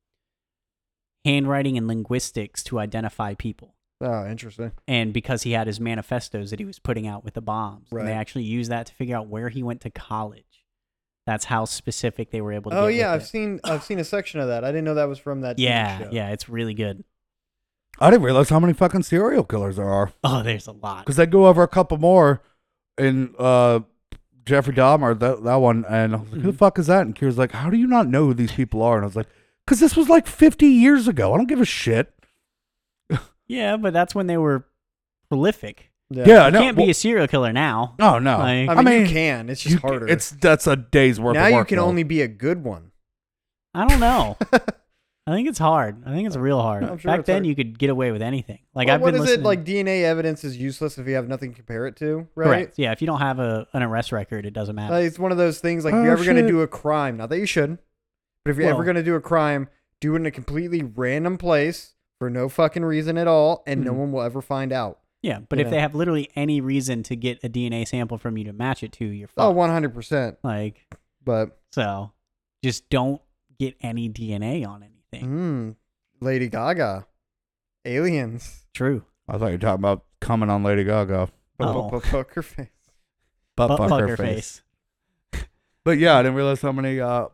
Speaker 2: handwriting and linguistics to identify people.
Speaker 1: Oh, interesting.
Speaker 2: and because he had his manifestos that he was putting out with the bombs, and
Speaker 1: Right.
Speaker 2: they actually used that to figure out where he went to college. That's how specific they were able to.
Speaker 1: Oh
Speaker 2: get
Speaker 1: yeah,
Speaker 2: with
Speaker 1: I've
Speaker 2: it.
Speaker 1: seen I've seen a section of that. I didn't know that was from that. TV
Speaker 2: yeah,
Speaker 1: show.
Speaker 2: yeah, it's really good.
Speaker 3: I didn't realize how many fucking serial killers there are.
Speaker 2: Oh, there's a lot.
Speaker 3: Because they go over a couple more in uh Jeffrey Dahmer, that that one, and I was
Speaker 1: Mm-hmm.
Speaker 3: like, who the fuck is that? And Kira's like, How do you not know who these people are? And I was like, Because this was like fifty years ago. I don't give a shit.
Speaker 2: Yeah, but that's when they were prolific.
Speaker 1: yeah.
Speaker 3: Yeah, I
Speaker 2: You
Speaker 3: know.
Speaker 2: can't be a serial killer now.
Speaker 3: well, no, no.
Speaker 2: Like-
Speaker 1: I
Speaker 2: I
Speaker 1: mean, you
Speaker 3: mean,
Speaker 1: can. It's
Speaker 3: You
Speaker 1: just
Speaker 3: c-
Speaker 1: harder.
Speaker 3: It's that's a day's worth.
Speaker 1: now
Speaker 3: of
Speaker 1: you
Speaker 3: work,
Speaker 1: can
Speaker 3: though.
Speaker 1: only be a good one.
Speaker 2: I
Speaker 1: (laughs)
Speaker 2: don't know. I think it's hard. I think it's real hard.
Speaker 1: I'm sure
Speaker 2: Back
Speaker 1: it's
Speaker 2: then,
Speaker 1: hard.
Speaker 2: you could get away with anything. Like
Speaker 1: Well,
Speaker 2: I've
Speaker 1: what
Speaker 2: been
Speaker 1: is
Speaker 2: listening.
Speaker 1: it like? DNA evidence is useless if you have nothing to compare it to, right?
Speaker 2: correct? Yeah, if you don't have a an arrest record, it doesn't matter.
Speaker 1: Uh, it's one of those things like if
Speaker 3: Oh,
Speaker 1: you're ever going to
Speaker 3: shit.
Speaker 1: do a crime, not that you shouldn't, but if you're ever
Speaker 2: Well-
Speaker 1: going to do a crime, do it in a completely random place for no fucking reason at all, and no
Speaker 2: Mhm.
Speaker 1: one will ever find out.
Speaker 2: yeah,
Speaker 1: you
Speaker 2: but if
Speaker 1: know.
Speaker 2: they have literally any reason to get a DNA sample from you to match it to, you're
Speaker 1: Oh,
Speaker 2: fucked.
Speaker 1: 100%.
Speaker 2: Like
Speaker 1: But,
Speaker 2: So just don't get any DNA on anything.
Speaker 1: mm, Lady Gaga, aliens.
Speaker 2: True.
Speaker 3: I thought you were talking about coming on Lady Gaga.
Speaker 2: Oh.
Speaker 1: Poker face.
Speaker 3: Butt,
Speaker 2: Butt
Speaker 3: fuck
Speaker 2: fucker
Speaker 3: her
Speaker 2: face.
Speaker 3: face. But yeah, I didn't realize how many uh,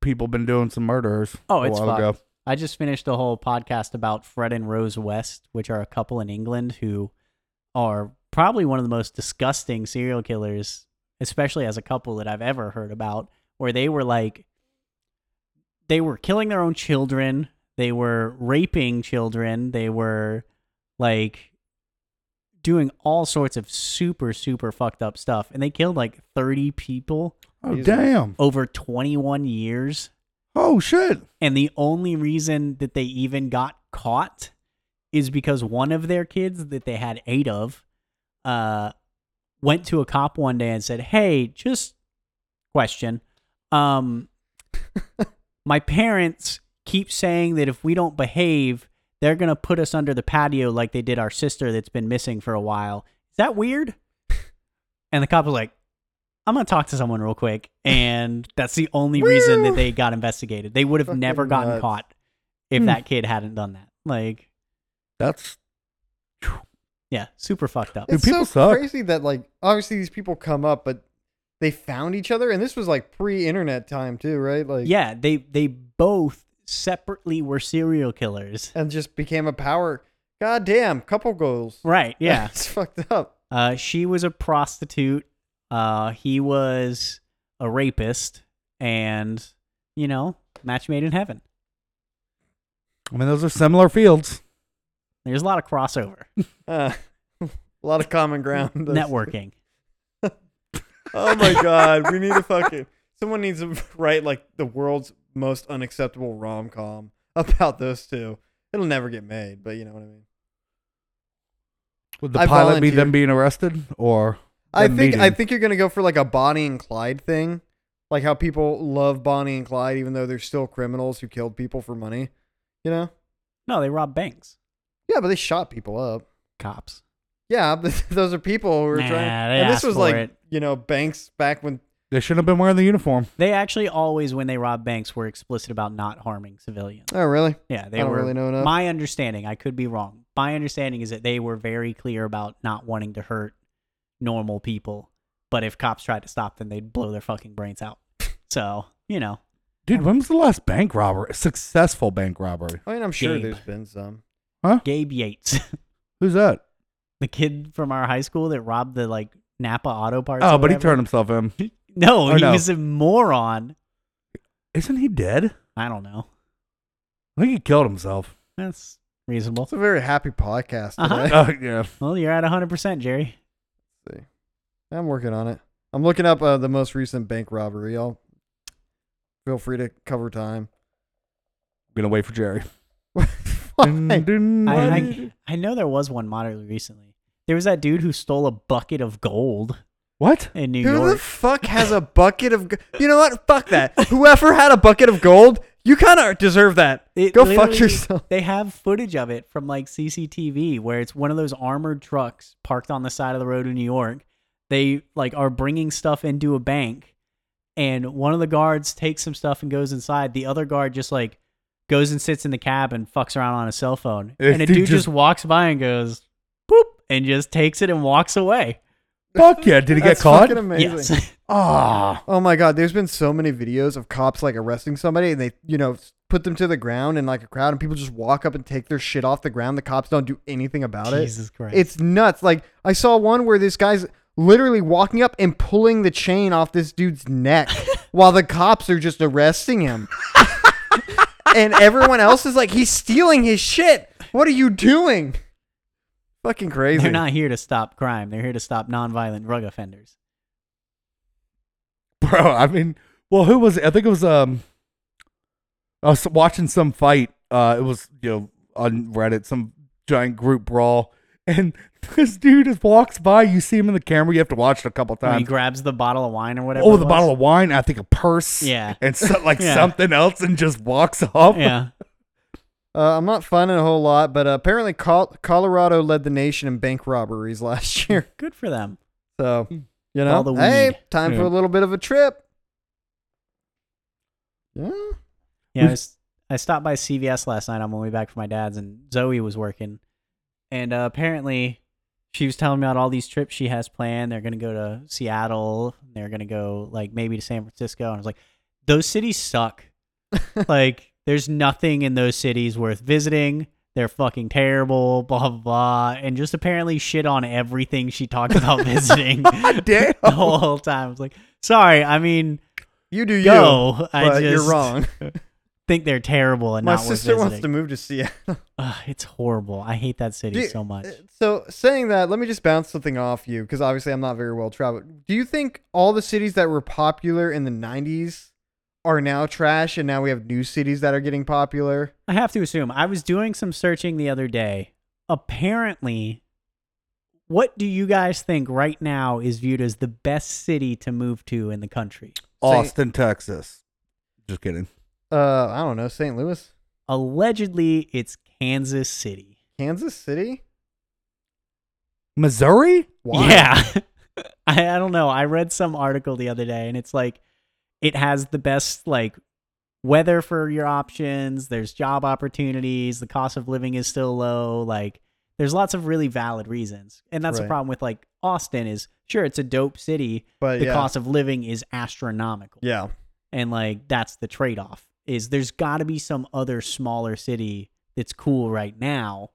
Speaker 3: people been doing some murders.
Speaker 2: Oh, it's
Speaker 3: a while ago.
Speaker 2: I just finished a whole podcast about Fred and Rose West, which are a couple in England who are probably one of the most disgusting serial killers, especially as a couple that I've ever heard about, where they were like, they were killing their own children, they were raping children, they were like doing all sorts of super, super fucked up stuff. And they killed like 30 people
Speaker 3: Oh
Speaker 1: Jesus.
Speaker 3: damn!
Speaker 2: over 21 years.
Speaker 3: Oh shit!
Speaker 2: And the only reason that they even got caught is because one of their kids that they had eight of uh, went to a cop one day and said, Hey, just question. Um, my parents keep saying that if we don't behave, they're going to put us under the patio like they did our sister that's been missing for a while. Is that weird? And the cop was like, I'm going to talk to someone real quick. And that's the only reason that they got investigated. They would have
Speaker 1: Fucking
Speaker 2: never gotten
Speaker 1: nuts.
Speaker 2: caught if
Speaker 3: Hmm.
Speaker 2: that kid hadn't done that. Like,
Speaker 3: That's
Speaker 2: yeah, super fucked up.
Speaker 3: Dude,
Speaker 1: It's
Speaker 3: people
Speaker 1: so
Speaker 3: suck.
Speaker 1: crazy that like obviously these people come up, but they found each other, and this was like pre-internet time too, right? Like
Speaker 2: yeah, they they both separately were serial killers.
Speaker 1: and just became a power. Goddamn, couple goals.
Speaker 2: Right,
Speaker 1: (laughs)
Speaker 2: yeah.
Speaker 1: it's fucked up.
Speaker 2: Uh, she was a prostitute. Uh, he was a rapist, and you know, match made in heaven.
Speaker 3: I mean, those are similar fields.
Speaker 2: There's a lot of
Speaker 1: (laughs)
Speaker 2: crossover,
Speaker 1: Uh, a lot of common ground. Those-
Speaker 2: networking.
Speaker 1: Oh
Speaker 2: (laughs)
Speaker 1: my god, we need to fucking someone needs to (laughs) write like the world's most unacceptable rom com about those two. It'll never get made, but you know what I mean.
Speaker 3: Would the
Speaker 1: I
Speaker 3: pilot be them
Speaker 1: volunteer.
Speaker 3: being arrested or?
Speaker 1: I
Speaker 3: them
Speaker 1: think I
Speaker 3: meeting?
Speaker 1: think you're gonna go for like a Bonnie and Clyde thing, like how people love Bonnie and Clyde even though they're still criminals who killed people for money. You know?
Speaker 2: No, they robbed banks.
Speaker 1: Yeah, but they shot people up.
Speaker 2: Cops.
Speaker 1: Yeah, (laughs) but those are people who were
Speaker 2: Nah,
Speaker 1: trying.
Speaker 2: they
Speaker 1: And this
Speaker 2: asked
Speaker 1: was
Speaker 2: for
Speaker 1: like
Speaker 2: it.
Speaker 1: you know Banks back when.
Speaker 3: they shouldn't have been wearing the uniform.
Speaker 2: They actually always, when they robbed banks, were explicit about not harming civilians.
Speaker 1: Oh really?
Speaker 2: Yeah, they
Speaker 1: I don't
Speaker 2: were.
Speaker 1: really know enough.
Speaker 2: my understanding, I could be wrong. My understanding is that they were very clear about not wanting to hurt normal people, but if cops tried to stop them, they'd blow their fucking brains out. So you know,
Speaker 3: Dude, when was the last bank robbery? Successful bank robbery?
Speaker 1: I mean, I'm sure
Speaker 2: Gabe.
Speaker 1: there's been some.
Speaker 2: Gabe Yates, (laughs)
Speaker 3: Who's that?
Speaker 2: the kid from our high school that robbed the like Napa Auto Parts.
Speaker 3: Oh,
Speaker 2: or
Speaker 3: but he
Speaker 2: whatever.
Speaker 3: turned himself in.
Speaker 2: No,
Speaker 3: or
Speaker 2: he
Speaker 3: no.
Speaker 2: was a moron.
Speaker 3: Isn't he dead?
Speaker 2: I don't know.
Speaker 3: I think he
Speaker 1: (laughs)
Speaker 3: killed himself.
Speaker 2: That's reasonable.
Speaker 1: It's a very happy podcast
Speaker 2: Uh-huh.
Speaker 1: today. (laughs)
Speaker 3: Oh yeah.
Speaker 2: Well, you're at 100, percent Jerry.
Speaker 1: I'm working on it. I'm looking up uh, the most recent bank robbery. I'll feel free to cover time. (laughs)
Speaker 3: gonna wait for Jerry.
Speaker 1: Why?
Speaker 3: Mm-hmm.
Speaker 2: I, I, I know there was one moderately recently. There was that dude who stole a bucket of gold
Speaker 3: what?
Speaker 2: in New
Speaker 1: Who
Speaker 2: York.
Speaker 1: the fuck has a bucket of? Go- you know what? Fuck that.
Speaker 2: (laughs)
Speaker 1: Whoever had a bucket of gold, you kind of deserve that.
Speaker 2: It
Speaker 1: Go fuck
Speaker 2: literally-
Speaker 1: yourself.
Speaker 2: They have footage of it from like CCTV where it's one of those armored trucks parked on the side of the road in New York. They like are bringing stuff into a bank and one of the guards takes some stuff and goes inside. The other guard just like goes and sits in the cab and fucks around on his cell phone.
Speaker 3: If
Speaker 2: and a
Speaker 3: they
Speaker 2: dude just,
Speaker 3: just-
Speaker 2: walks by and goes boop and just takes it and walks away.
Speaker 3: Fuck yeah! Did he get
Speaker 1: That's
Speaker 3: caught?
Speaker 1: fucking amazing.
Speaker 2: Yes.
Speaker 3: Ah,
Speaker 1: Oh my god, there's been so many videos of cops like arresting somebody and they, you know, put them to the ground in like a crowd and people just walk up and take their shit off the ground. The cops don't do anything about it.
Speaker 2: (laughs) Jesus Christ.
Speaker 1: It's nuts. Like I saw one where this guy's literally walking up and pulling the chain off this dude's
Speaker 2: (laughs)
Speaker 1: neck while the cops are just arresting him. (laughs) and everyone else is like, he's stealing his shit. What are you doing? Fucking crazy.
Speaker 2: They're not here to stop crime. They're here to stop nonviolent drug offenders.
Speaker 3: bro. I mean, well, who was it? I think it was um. I was watching some fight. Uh, it was you know on Reddit, some giant group brawl, (laughs) and this dude just walks by. You see him in the camera. You have to watch it a couple
Speaker 2: When he
Speaker 3: times.
Speaker 2: grabs the bottle of wine or whatever.
Speaker 3: Oh,
Speaker 2: it
Speaker 3: the
Speaker 2: was.
Speaker 3: bottle of wine. I think a purse.
Speaker 2: Yeah.
Speaker 3: (laughs) and so,
Speaker 2: (laughs)
Speaker 3: like
Speaker 2: Yeah.
Speaker 3: something else, and just walks
Speaker 1: (laughs)
Speaker 3: off.
Speaker 2: Yeah. (laughs)
Speaker 1: Uh, I'm not finding a whole lot, but uh, apparently Col- Colorado led the nation in bank robberies (laughs) last year.
Speaker 2: Good for them.
Speaker 1: So, you know,
Speaker 2: All the
Speaker 1: hey,
Speaker 2: weed.
Speaker 1: time for
Speaker 3: Yeah.
Speaker 1: a little bit of a trip. Yeah.
Speaker 2: Yeah, I,
Speaker 1: (laughs)
Speaker 3: We've-
Speaker 2: was- I stopped by CVS last night on my way back from my dad's, and Zoe was working, and uh, apparently she was telling me about all these trips she has planned. They're gonna go to Seattle. They're gonna go like maybe to San Francisco, and I was like,
Speaker 1: (laughs)
Speaker 2: those cities suck. like, there's nothing in those cities worth visiting. they're fucking terrible, blah blah blah, and just apparently shit on everything she
Speaker 1: (laughs)
Speaker 2: talked about visiting (laughs) the
Speaker 3: Damn.
Speaker 2: whole time. I was like, sorry, I mean,
Speaker 1: You do you.
Speaker 2: go. I
Speaker 1: but
Speaker 2: just
Speaker 1: you're wrong.
Speaker 2: think they're terrible and
Speaker 1: My
Speaker 2: not
Speaker 1: sister
Speaker 2: worth
Speaker 1: wants
Speaker 2: visiting.
Speaker 1: to move to Seattle.
Speaker 2: Ugh, it's horrible. I hate that city
Speaker 1: Do-
Speaker 2: so much.
Speaker 1: Uh, So saying that, let me just bounce something off you because obviously I'm not very well traveled. Do you think all the cities that were popular in the '90s are now trash, and now we have new cities that are getting popular?
Speaker 2: I have to assume. I was doing some searching the other day. Apparently, what do you guys think right now is viewed as the best city to move to in the country?
Speaker 3: Austin, Texas. Just kidding.
Speaker 1: Uh, I don't know, St. Louis,
Speaker 2: Allegedly, it's Kansas City.
Speaker 1: Kansas City.
Speaker 3: Missouri?
Speaker 1: Why?
Speaker 2: Yeah. (laughs) I, I don't know. I read some article the other day and it's like it has the best like weather for your options, there's job opportunities, the cost of living is still low, like there's lots of really valid reasons. And that's the
Speaker 1: Right.
Speaker 2: problem with like Austin is sure it's a dope city,
Speaker 1: but Uh,
Speaker 2: the
Speaker 1: yeah,
Speaker 2: cost of living is astronomical.
Speaker 1: yeah,
Speaker 2: And like that's the trade-off is there's got to be some other smaller city that's cool right now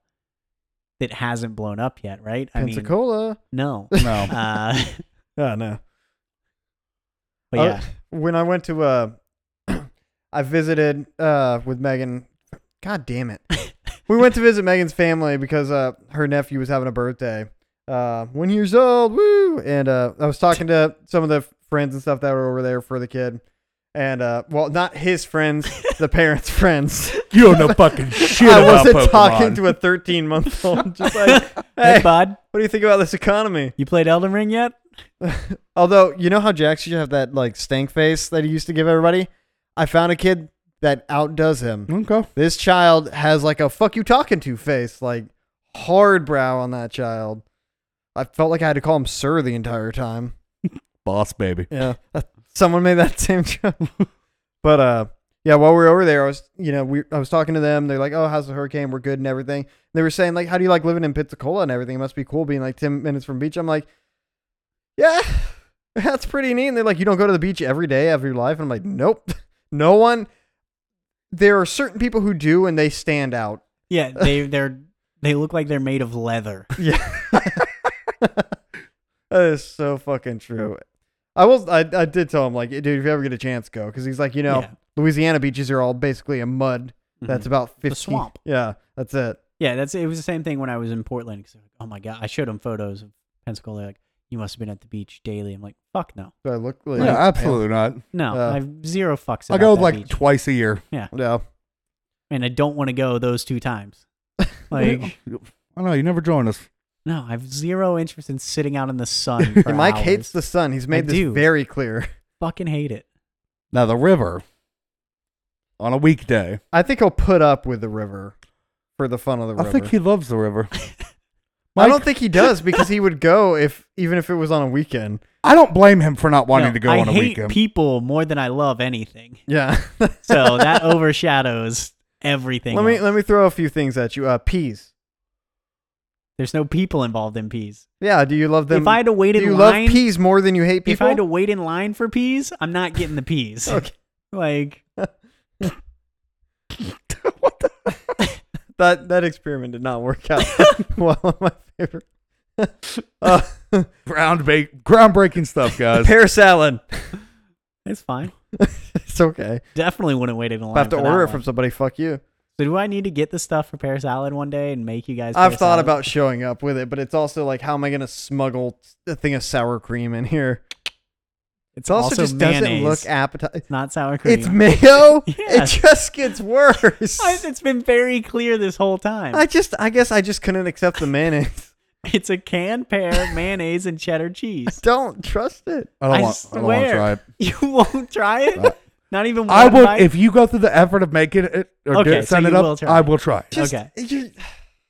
Speaker 2: that hasn't blown up yet, right? I mean,
Speaker 1: Pensacola.
Speaker 2: no.
Speaker 3: No.
Speaker 2: (laughs)
Speaker 3: (laughs)
Speaker 2: Uh,
Speaker 1: Yeah, no.
Speaker 2: but
Speaker 1: Uh,
Speaker 2: yeah,
Speaker 1: when I went to uh, (clears throat) I visited uh with Megan. God damn it, we went to visit Megan's family because uh her nephew was having a birthday. Uh, one years old, woo! And uh, I was talking to some of the friends and stuff that were over there for the kid, and uh, well, not his friends, the parents' friends.
Speaker 3: You don't
Speaker 1: (laughs)
Speaker 3: know fucking shit
Speaker 1: I
Speaker 3: about
Speaker 1: wasn't
Speaker 3: Pokemon.
Speaker 1: talking to a 13 month old. Just like,
Speaker 2: hey,
Speaker 1: hey,
Speaker 2: bud,
Speaker 1: what do you think about this economy?
Speaker 2: you played Elden Ring yet?
Speaker 1: Although, you know how Jax used to have that like stank face that he used to give everybody? I found a kid that outdoes him.
Speaker 3: okay.
Speaker 1: This child has like a fuck you talking to face, like hard brow on that child. I felt like I had to call him sir the entire time.
Speaker 3: Boss baby.
Speaker 1: Yeah. Someone made (laughs) that (laughs) same joke. but uh yeah, while we were over there, I was you know, we I was talking to them, they're like, Oh, how's the hurricane? We're good and everything. they were saying, like, how do you like living in Pensacola and everything? It must be cool being like ten minutes from beach. I'm like, Yeah, (laughs) that's pretty neat. And they're like, You don't go to the beach every day of your life? And I'm like, Nope. (laughs) No one there are certain people who do and they stand out.
Speaker 2: Yeah, they they're they look like they're made of leather.
Speaker 1: That is so fucking true. I will. I, I did tell him like, dude, if you ever get a chance, go because he's like, you know,
Speaker 2: Yeah.
Speaker 1: Louisiana beaches are all basically a mud that's
Speaker 3: Mm-hmm.
Speaker 2: Mhm.
Speaker 1: about 50
Speaker 2: swamp.
Speaker 1: Yeah, that's it.
Speaker 2: yeah. That's it. Was the same thing when I was in Portland. 'cause they're like, oh my god, I showed them photos of Pensacola. They're Like you must have been at the beach daily. I'm like, fuck no,
Speaker 1: Do I look like
Speaker 3: Yeah, absolutely not.
Speaker 2: no.
Speaker 1: Uh,
Speaker 2: I've zero fucks.
Speaker 3: I
Speaker 2: about
Speaker 3: go
Speaker 2: that
Speaker 3: like
Speaker 2: beach,
Speaker 3: twice a year. (laughs)
Speaker 1: No.
Speaker 2: and I don't want to go those
Speaker 1: (laughs)
Speaker 2: two times. Like
Speaker 3: I know you never join us.
Speaker 2: no, I have zero interest in sitting out in
Speaker 1: (laughs)
Speaker 2: the sun. For
Speaker 1: And Mike
Speaker 2: hours.
Speaker 1: hates the sun. He's made this
Speaker 2: do.
Speaker 1: very clear. (laughs)
Speaker 2: fucking hate it.
Speaker 3: Now the river on a weekday.
Speaker 1: I think he'll put up with the river for the fun of the river.
Speaker 3: I think he loves
Speaker 1: (laughs)
Speaker 3: the river.
Speaker 1: I don't think he does because he would go if even if it was on a weekend. (laughs)
Speaker 3: I don't blame him for not wanting
Speaker 2: No,
Speaker 3: to go
Speaker 2: I
Speaker 3: on a
Speaker 2: hate
Speaker 3: weekend.
Speaker 2: people more than I love anything.
Speaker 1: Yeah.
Speaker 2: So that (laughs) overshadows everything.
Speaker 1: let me
Speaker 2: else.
Speaker 1: let me throw a few things at you. Uh, peas.
Speaker 2: There's no people involved in peas.
Speaker 1: Yeah. Do you love them?
Speaker 2: if I had to wait
Speaker 1: do
Speaker 2: in
Speaker 1: you
Speaker 2: line,
Speaker 1: love peas more than you hate
Speaker 2: if
Speaker 1: people?
Speaker 2: I had to wait in line for peas, I'm not getting
Speaker 1: (laughs)
Speaker 2: the peas.
Speaker 1: Okay.
Speaker 2: (laughs) Like,
Speaker 1: (laughs) that that experiment did not work
Speaker 2: (laughs)
Speaker 1: out (laughs) well in my favor. (laughs) uh,
Speaker 3: Ground ba- groundbreaking
Speaker 1: (laughs)
Speaker 3: stuff, guys.
Speaker 1: pear salad. (laughs)
Speaker 2: it's fine.
Speaker 1: It's okay.
Speaker 2: Definitely wouldn't wait in line.
Speaker 1: If I have to
Speaker 2: for that
Speaker 1: order it from
Speaker 2: one.
Speaker 1: somebody, fuck you.
Speaker 2: So do I need to get the stuff for pear salad one day and make you guys?
Speaker 1: I've
Speaker 2: pear
Speaker 1: thought
Speaker 2: salad?
Speaker 1: about showing up with it, but it's also like, how am I going to smuggle a thing of sour cream in here?
Speaker 2: It's
Speaker 1: It also, just doesn't
Speaker 2: mayonnaise.
Speaker 1: look appetizing.
Speaker 2: not sour cream.
Speaker 1: It's mayo.
Speaker 2: Yeah.
Speaker 1: It just gets worse.
Speaker 2: (laughs) I-
Speaker 1: I,
Speaker 2: it's been very clear this whole time.
Speaker 1: just, I guess, I just couldn't accept the mayonnaise.
Speaker 2: (laughs)
Speaker 1: (laughs)
Speaker 2: it's a canned pear, mayonnaise, and cheddar cheese.
Speaker 1: Don't trust it.
Speaker 3: I don't
Speaker 2: I
Speaker 3: want. I don't want to
Speaker 2: swear.
Speaker 3: try it.
Speaker 2: (laughs) You won't try it. Not even one
Speaker 3: I will
Speaker 2: bite?
Speaker 3: if you go through the effort of making it or
Speaker 2: Okay,
Speaker 3: do-
Speaker 2: so
Speaker 3: send
Speaker 2: you
Speaker 3: it up.
Speaker 2: will try
Speaker 3: I
Speaker 2: it.
Speaker 3: will try. it.
Speaker 1: Just,
Speaker 2: Okay.
Speaker 1: You,
Speaker 2: just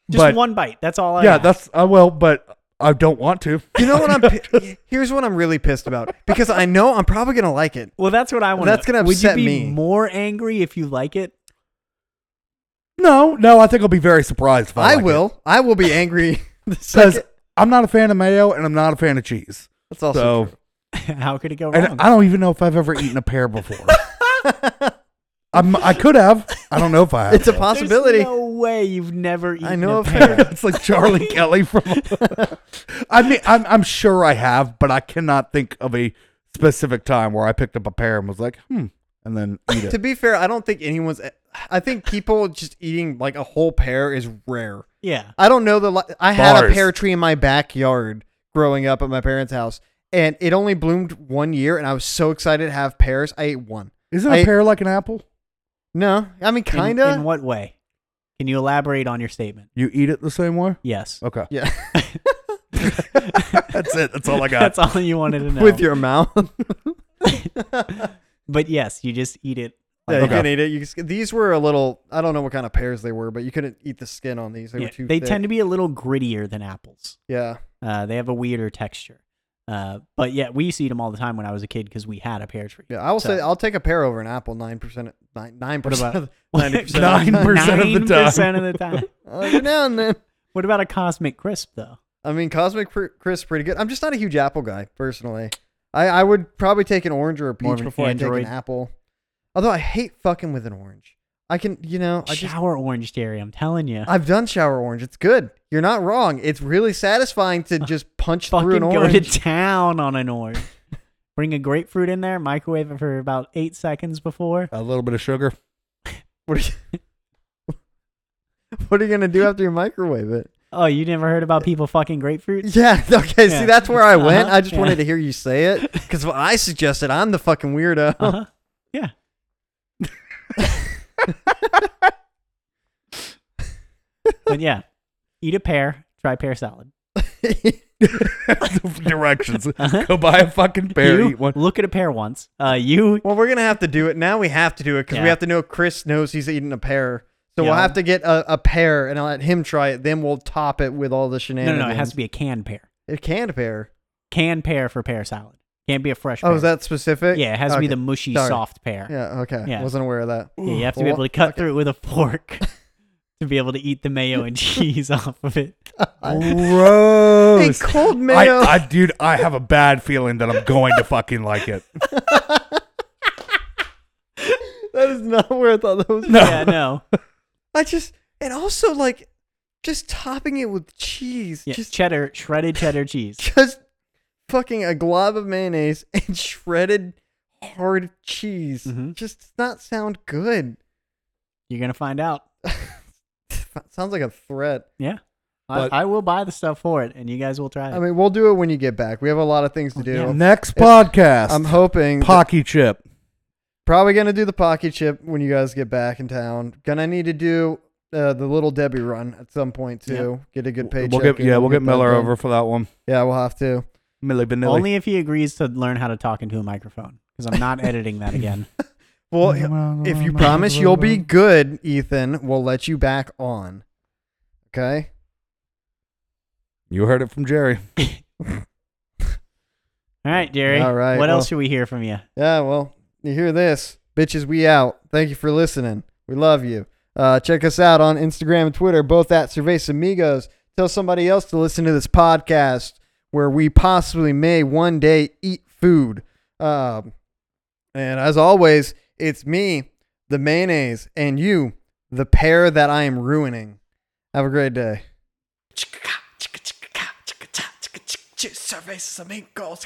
Speaker 3: but-
Speaker 2: one bite. That's all I.
Speaker 3: yeah,
Speaker 2: ask.
Speaker 3: that's I will, but I don't want to.
Speaker 1: you know
Speaker 2: (laughs)
Speaker 3: (laughs)
Speaker 1: what I'm? pi- here's what I'm really pissed about because I know I'm probably gonna like it.
Speaker 2: Well, that's what I want.
Speaker 1: That's gonna
Speaker 2: Would you
Speaker 1: upset
Speaker 2: be
Speaker 1: me.
Speaker 2: more angry if you like it? (laughs)
Speaker 3: No, no, I think I'll be very surprised. If I,
Speaker 1: I,
Speaker 3: like
Speaker 1: will. I will be angry. (laughs) the
Speaker 3: because
Speaker 1: second-
Speaker 3: I'm not a fan of mayo and I'm not a fan of cheese.
Speaker 1: That's also
Speaker 3: So,
Speaker 1: true.
Speaker 2: How could it go wrong?
Speaker 3: and I don't even know if I've ever eaten a pear before. (laughs) I'm, I could have. I don't know if I have.
Speaker 1: It's a
Speaker 2: There's
Speaker 1: possibility.
Speaker 2: no way you've never eaten
Speaker 1: I know
Speaker 2: a
Speaker 1: of
Speaker 2: pear.
Speaker 1: that.
Speaker 3: (laughs) It's like Charlie Kelly from. (laughs) I mean, I'm, I'm sure I have, but I cannot think of a specific time where I picked up a pear and was like, hmm, and then eat
Speaker 1: to
Speaker 3: it.
Speaker 1: be fair, I don't think anyone's. I think people just eating like a whole pear is rare.
Speaker 2: (laughs) Yeah.
Speaker 1: I don't know the. Li- I had a
Speaker 3: Bars.
Speaker 1: pear tree in my backyard growing up at my parents' house, and it only bloomed one year, and I was so excited to have pears. I ate one.
Speaker 3: Isn't
Speaker 1: I-
Speaker 3: a pear like an apple?
Speaker 1: No, I mean
Speaker 2: In-
Speaker 1: kinda.
Speaker 2: In, what way? Can you elaborate on your statement?
Speaker 3: You eat it the same way?
Speaker 2: Yes.
Speaker 3: Okay.
Speaker 1: yeah,
Speaker 3: (laughs) That's it. That's all I got.
Speaker 2: That's all
Speaker 1: (laughs)
Speaker 2: you wanted to know.
Speaker 1: with your mouth.
Speaker 2: but yes, you just eat it.
Speaker 1: Yeah, you
Speaker 3: Okay.
Speaker 1: can eat it. You can, sk- these were a little. I don't know what kind of pears they were, but you couldn't eat the skin on these. They
Speaker 2: Yeah,
Speaker 1: were too.
Speaker 2: they
Speaker 1: thick.
Speaker 2: tend to be a little grittier than apples.
Speaker 1: Yeah.
Speaker 2: Uh, they have a weirder texture. Uh, but yeah, we used to eat them all the time when I was a kid because we had a pear tree.
Speaker 1: Yeah, I will
Speaker 2: So- (laughs)
Speaker 1: say I'll take a pear over an apple nine percent, nine
Speaker 2: What
Speaker 1: percent,
Speaker 2: about- (laughs)
Speaker 1: of the- ninety percent, of the
Speaker 3: 9%.
Speaker 1: time.
Speaker 3: 9% of the
Speaker 2: 9% of the
Speaker 1: (laughs)
Speaker 2: time. (laughs)
Speaker 1: every now and then.
Speaker 2: What about a cosmic crisp though?
Speaker 1: I mean, Cosmic Pr- Crisp pretty good. I'm just not a huge apple guy personally. I, I would probably take an orange or a
Speaker 2: More
Speaker 1: peach
Speaker 2: of an
Speaker 1: before I
Speaker 2: Android.
Speaker 1: take an apple. Although I hate fucking with an orange. I can, you know, I just
Speaker 2: Shower orange dairy. I'm telling you,
Speaker 1: I've done shower orange. It's good. You're not wrong. It's really satisfying
Speaker 2: (laughs)
Speaker 1: to just punch through
Speaker 2: (laughs) fucking
Speaker 1: an
Speaker 2: go
Speaker 1: orange.
Speaker 2: to town on an orange. (laughs) Bring a grapefruit in there, microwave it for about eight seconds before.
Speaker 3: A little bit of sugar. (laughs)
Speaker 1: what, are you, (laughs) what are you gonna do after you microwave
Speaker 2: (laughs)
Speaker 1: it?
Speaker 2: Oh, you never heard about people fucking grapefruits?
Speaker 1: Yeah. (laughs) Okay. See,
Speaker 2: Yeah.
Speaker 1: that's where I went.
Speaker 2: Uh-huh,
Speaker 1: I just
Speaker 2: (laughs) yeah.
Speaker 1: wanted to hear you say it because I suggested I'm the fucking weirdo.
Speaker 2: Uh-huh. Yeah. (laughs) but yeah, eat a pear. Try pear salad.
Speaker 1: (laughs)
Speaker 3: Directions.
Speaker 2: Uh-huh.
Speaker 3: Go buy a fucking pear.
Speaker 2: You
Speaker 3: Eat one.
Speaker 2: Look at a pear once. Uh, you
Speaker 1: Well, we're gonna have to do it now. We have to do it because we
Speaker 2: Yeah.
Speaker 1: have to know Chris knows he's eating a pear, so we'll
Speaker 2: Yeah.
Speaker 1: have to get a, a pear and I'll let him try it. Then we'll top it with all the
Speaker 2: no,
Speaker 1: shenanigans.
Speaker 2: no, no. It has to be a canned pear.
Speaker 1: a canned pear.
Speaker 2: Canned pear for pear salad. Can't be a fresh.
Speaker 1: Oh,
Speaker 2: pear.
Speaker 1: is that specific?
Speaker 2: Yeah, it has to be
Speaker 1: Okay.
Speaker 2: the mushy,
Speaker 1: Sorry.
Speaker 2: soft pear. Yeah.
Speaker 1: Yeah. Okay.
Speaker 2: Yeah.
Speaker 1: Wasn't aware of that.
Speaker 2: you have to be
Speaker 1: Well,
Speaker 2: able to cut
Speaker 1: okay.
Speaker 2: through it with a fork to be able to eat the mayo and cheese off of it.
Speaker 1: Hey,
Speaker 3: Gross.
Speaker 2: (laughs)
Speaker 1: cold
Speaker 3: I,
Speaker 1: mayo.
Speaker 3: I, dude, I have a bad feeling that I'm going to fucking
Speaker 1: (laughs)
Speaker 3: like it.
Speaker 1: (laughs) that is not where I thought that was.
Speaker 3: No.
Speaker 2: Yeah, no.
Speaker 1: I just and also like just topping it with cheese.
Speaker 2: Yeah,
Speaker 1: Just
Speaker 2: cheddar, shredded cheddar cheese.
Speaker 1: just fucking a glob of mayonnaise (laughs) and shredded hard cheese.
Speaker 2: Mhm.
Speaker 1: Just does not sound good.
Speaker 2: You're gonna find out.
Speaker 1: Sounds like a threat.
Speaker 2: Yeah.
Speaker 3: But-
Speaker 2: I, I will buy the stuff for it, and you guys will try it.
Speaker 1: I mean, we'll do it when you get back. We have a lot of things to do.
Speaker 2: Yeah.
Speaker 3: Next
Speaker 1: It's-
Speaker 3: podcast.
Speaker 1: I'm hoping
Speaker 3: Pocky chip.
Speaker 1: probably gonna do the pocket chip when you guys get back in town. Gonna need to do uh, the little Debbie run at some point too. Get a good paycheck.
Speaker 3: We'll get,
Speaker 1: and
Speaker 3: yeah, we'll get
Speaker 1: that
Speaker 3: Miller
Speaker 1: done.
Speaker 3: over for that one.
Speaker 1: Yeah, we'll have to.
Speaker 3: Millie Vanilli.
Speaker 2: Only if he agrees to learn how to talk into a microphone, because I'm not editing that again.
Speaker 1: Well, if you promise you'll be good, Ethan, we'll let you back on. Okay.
Speaker 3: You heard it from Jerry.
Speaker 2: All right, Jerry.
Speaker 1: All right,
Speaker 2: What
Speaker 1: well-
Speaker 2: else should we hear from you?
Speaker 1: Yeah, well, you hear this. Bitches, we out. Thank you for listening. We love you. Uh, check us out on Instagram and Twitter, both at Cerveza Amigos. Tell somebody else to listen to this podcast where we possibly may one day eat food. Um, and as always, it's me, the mayonnaise, and you, the pair that I am ruining. Have a great day.
Speaker 4: Surveys some ink goals.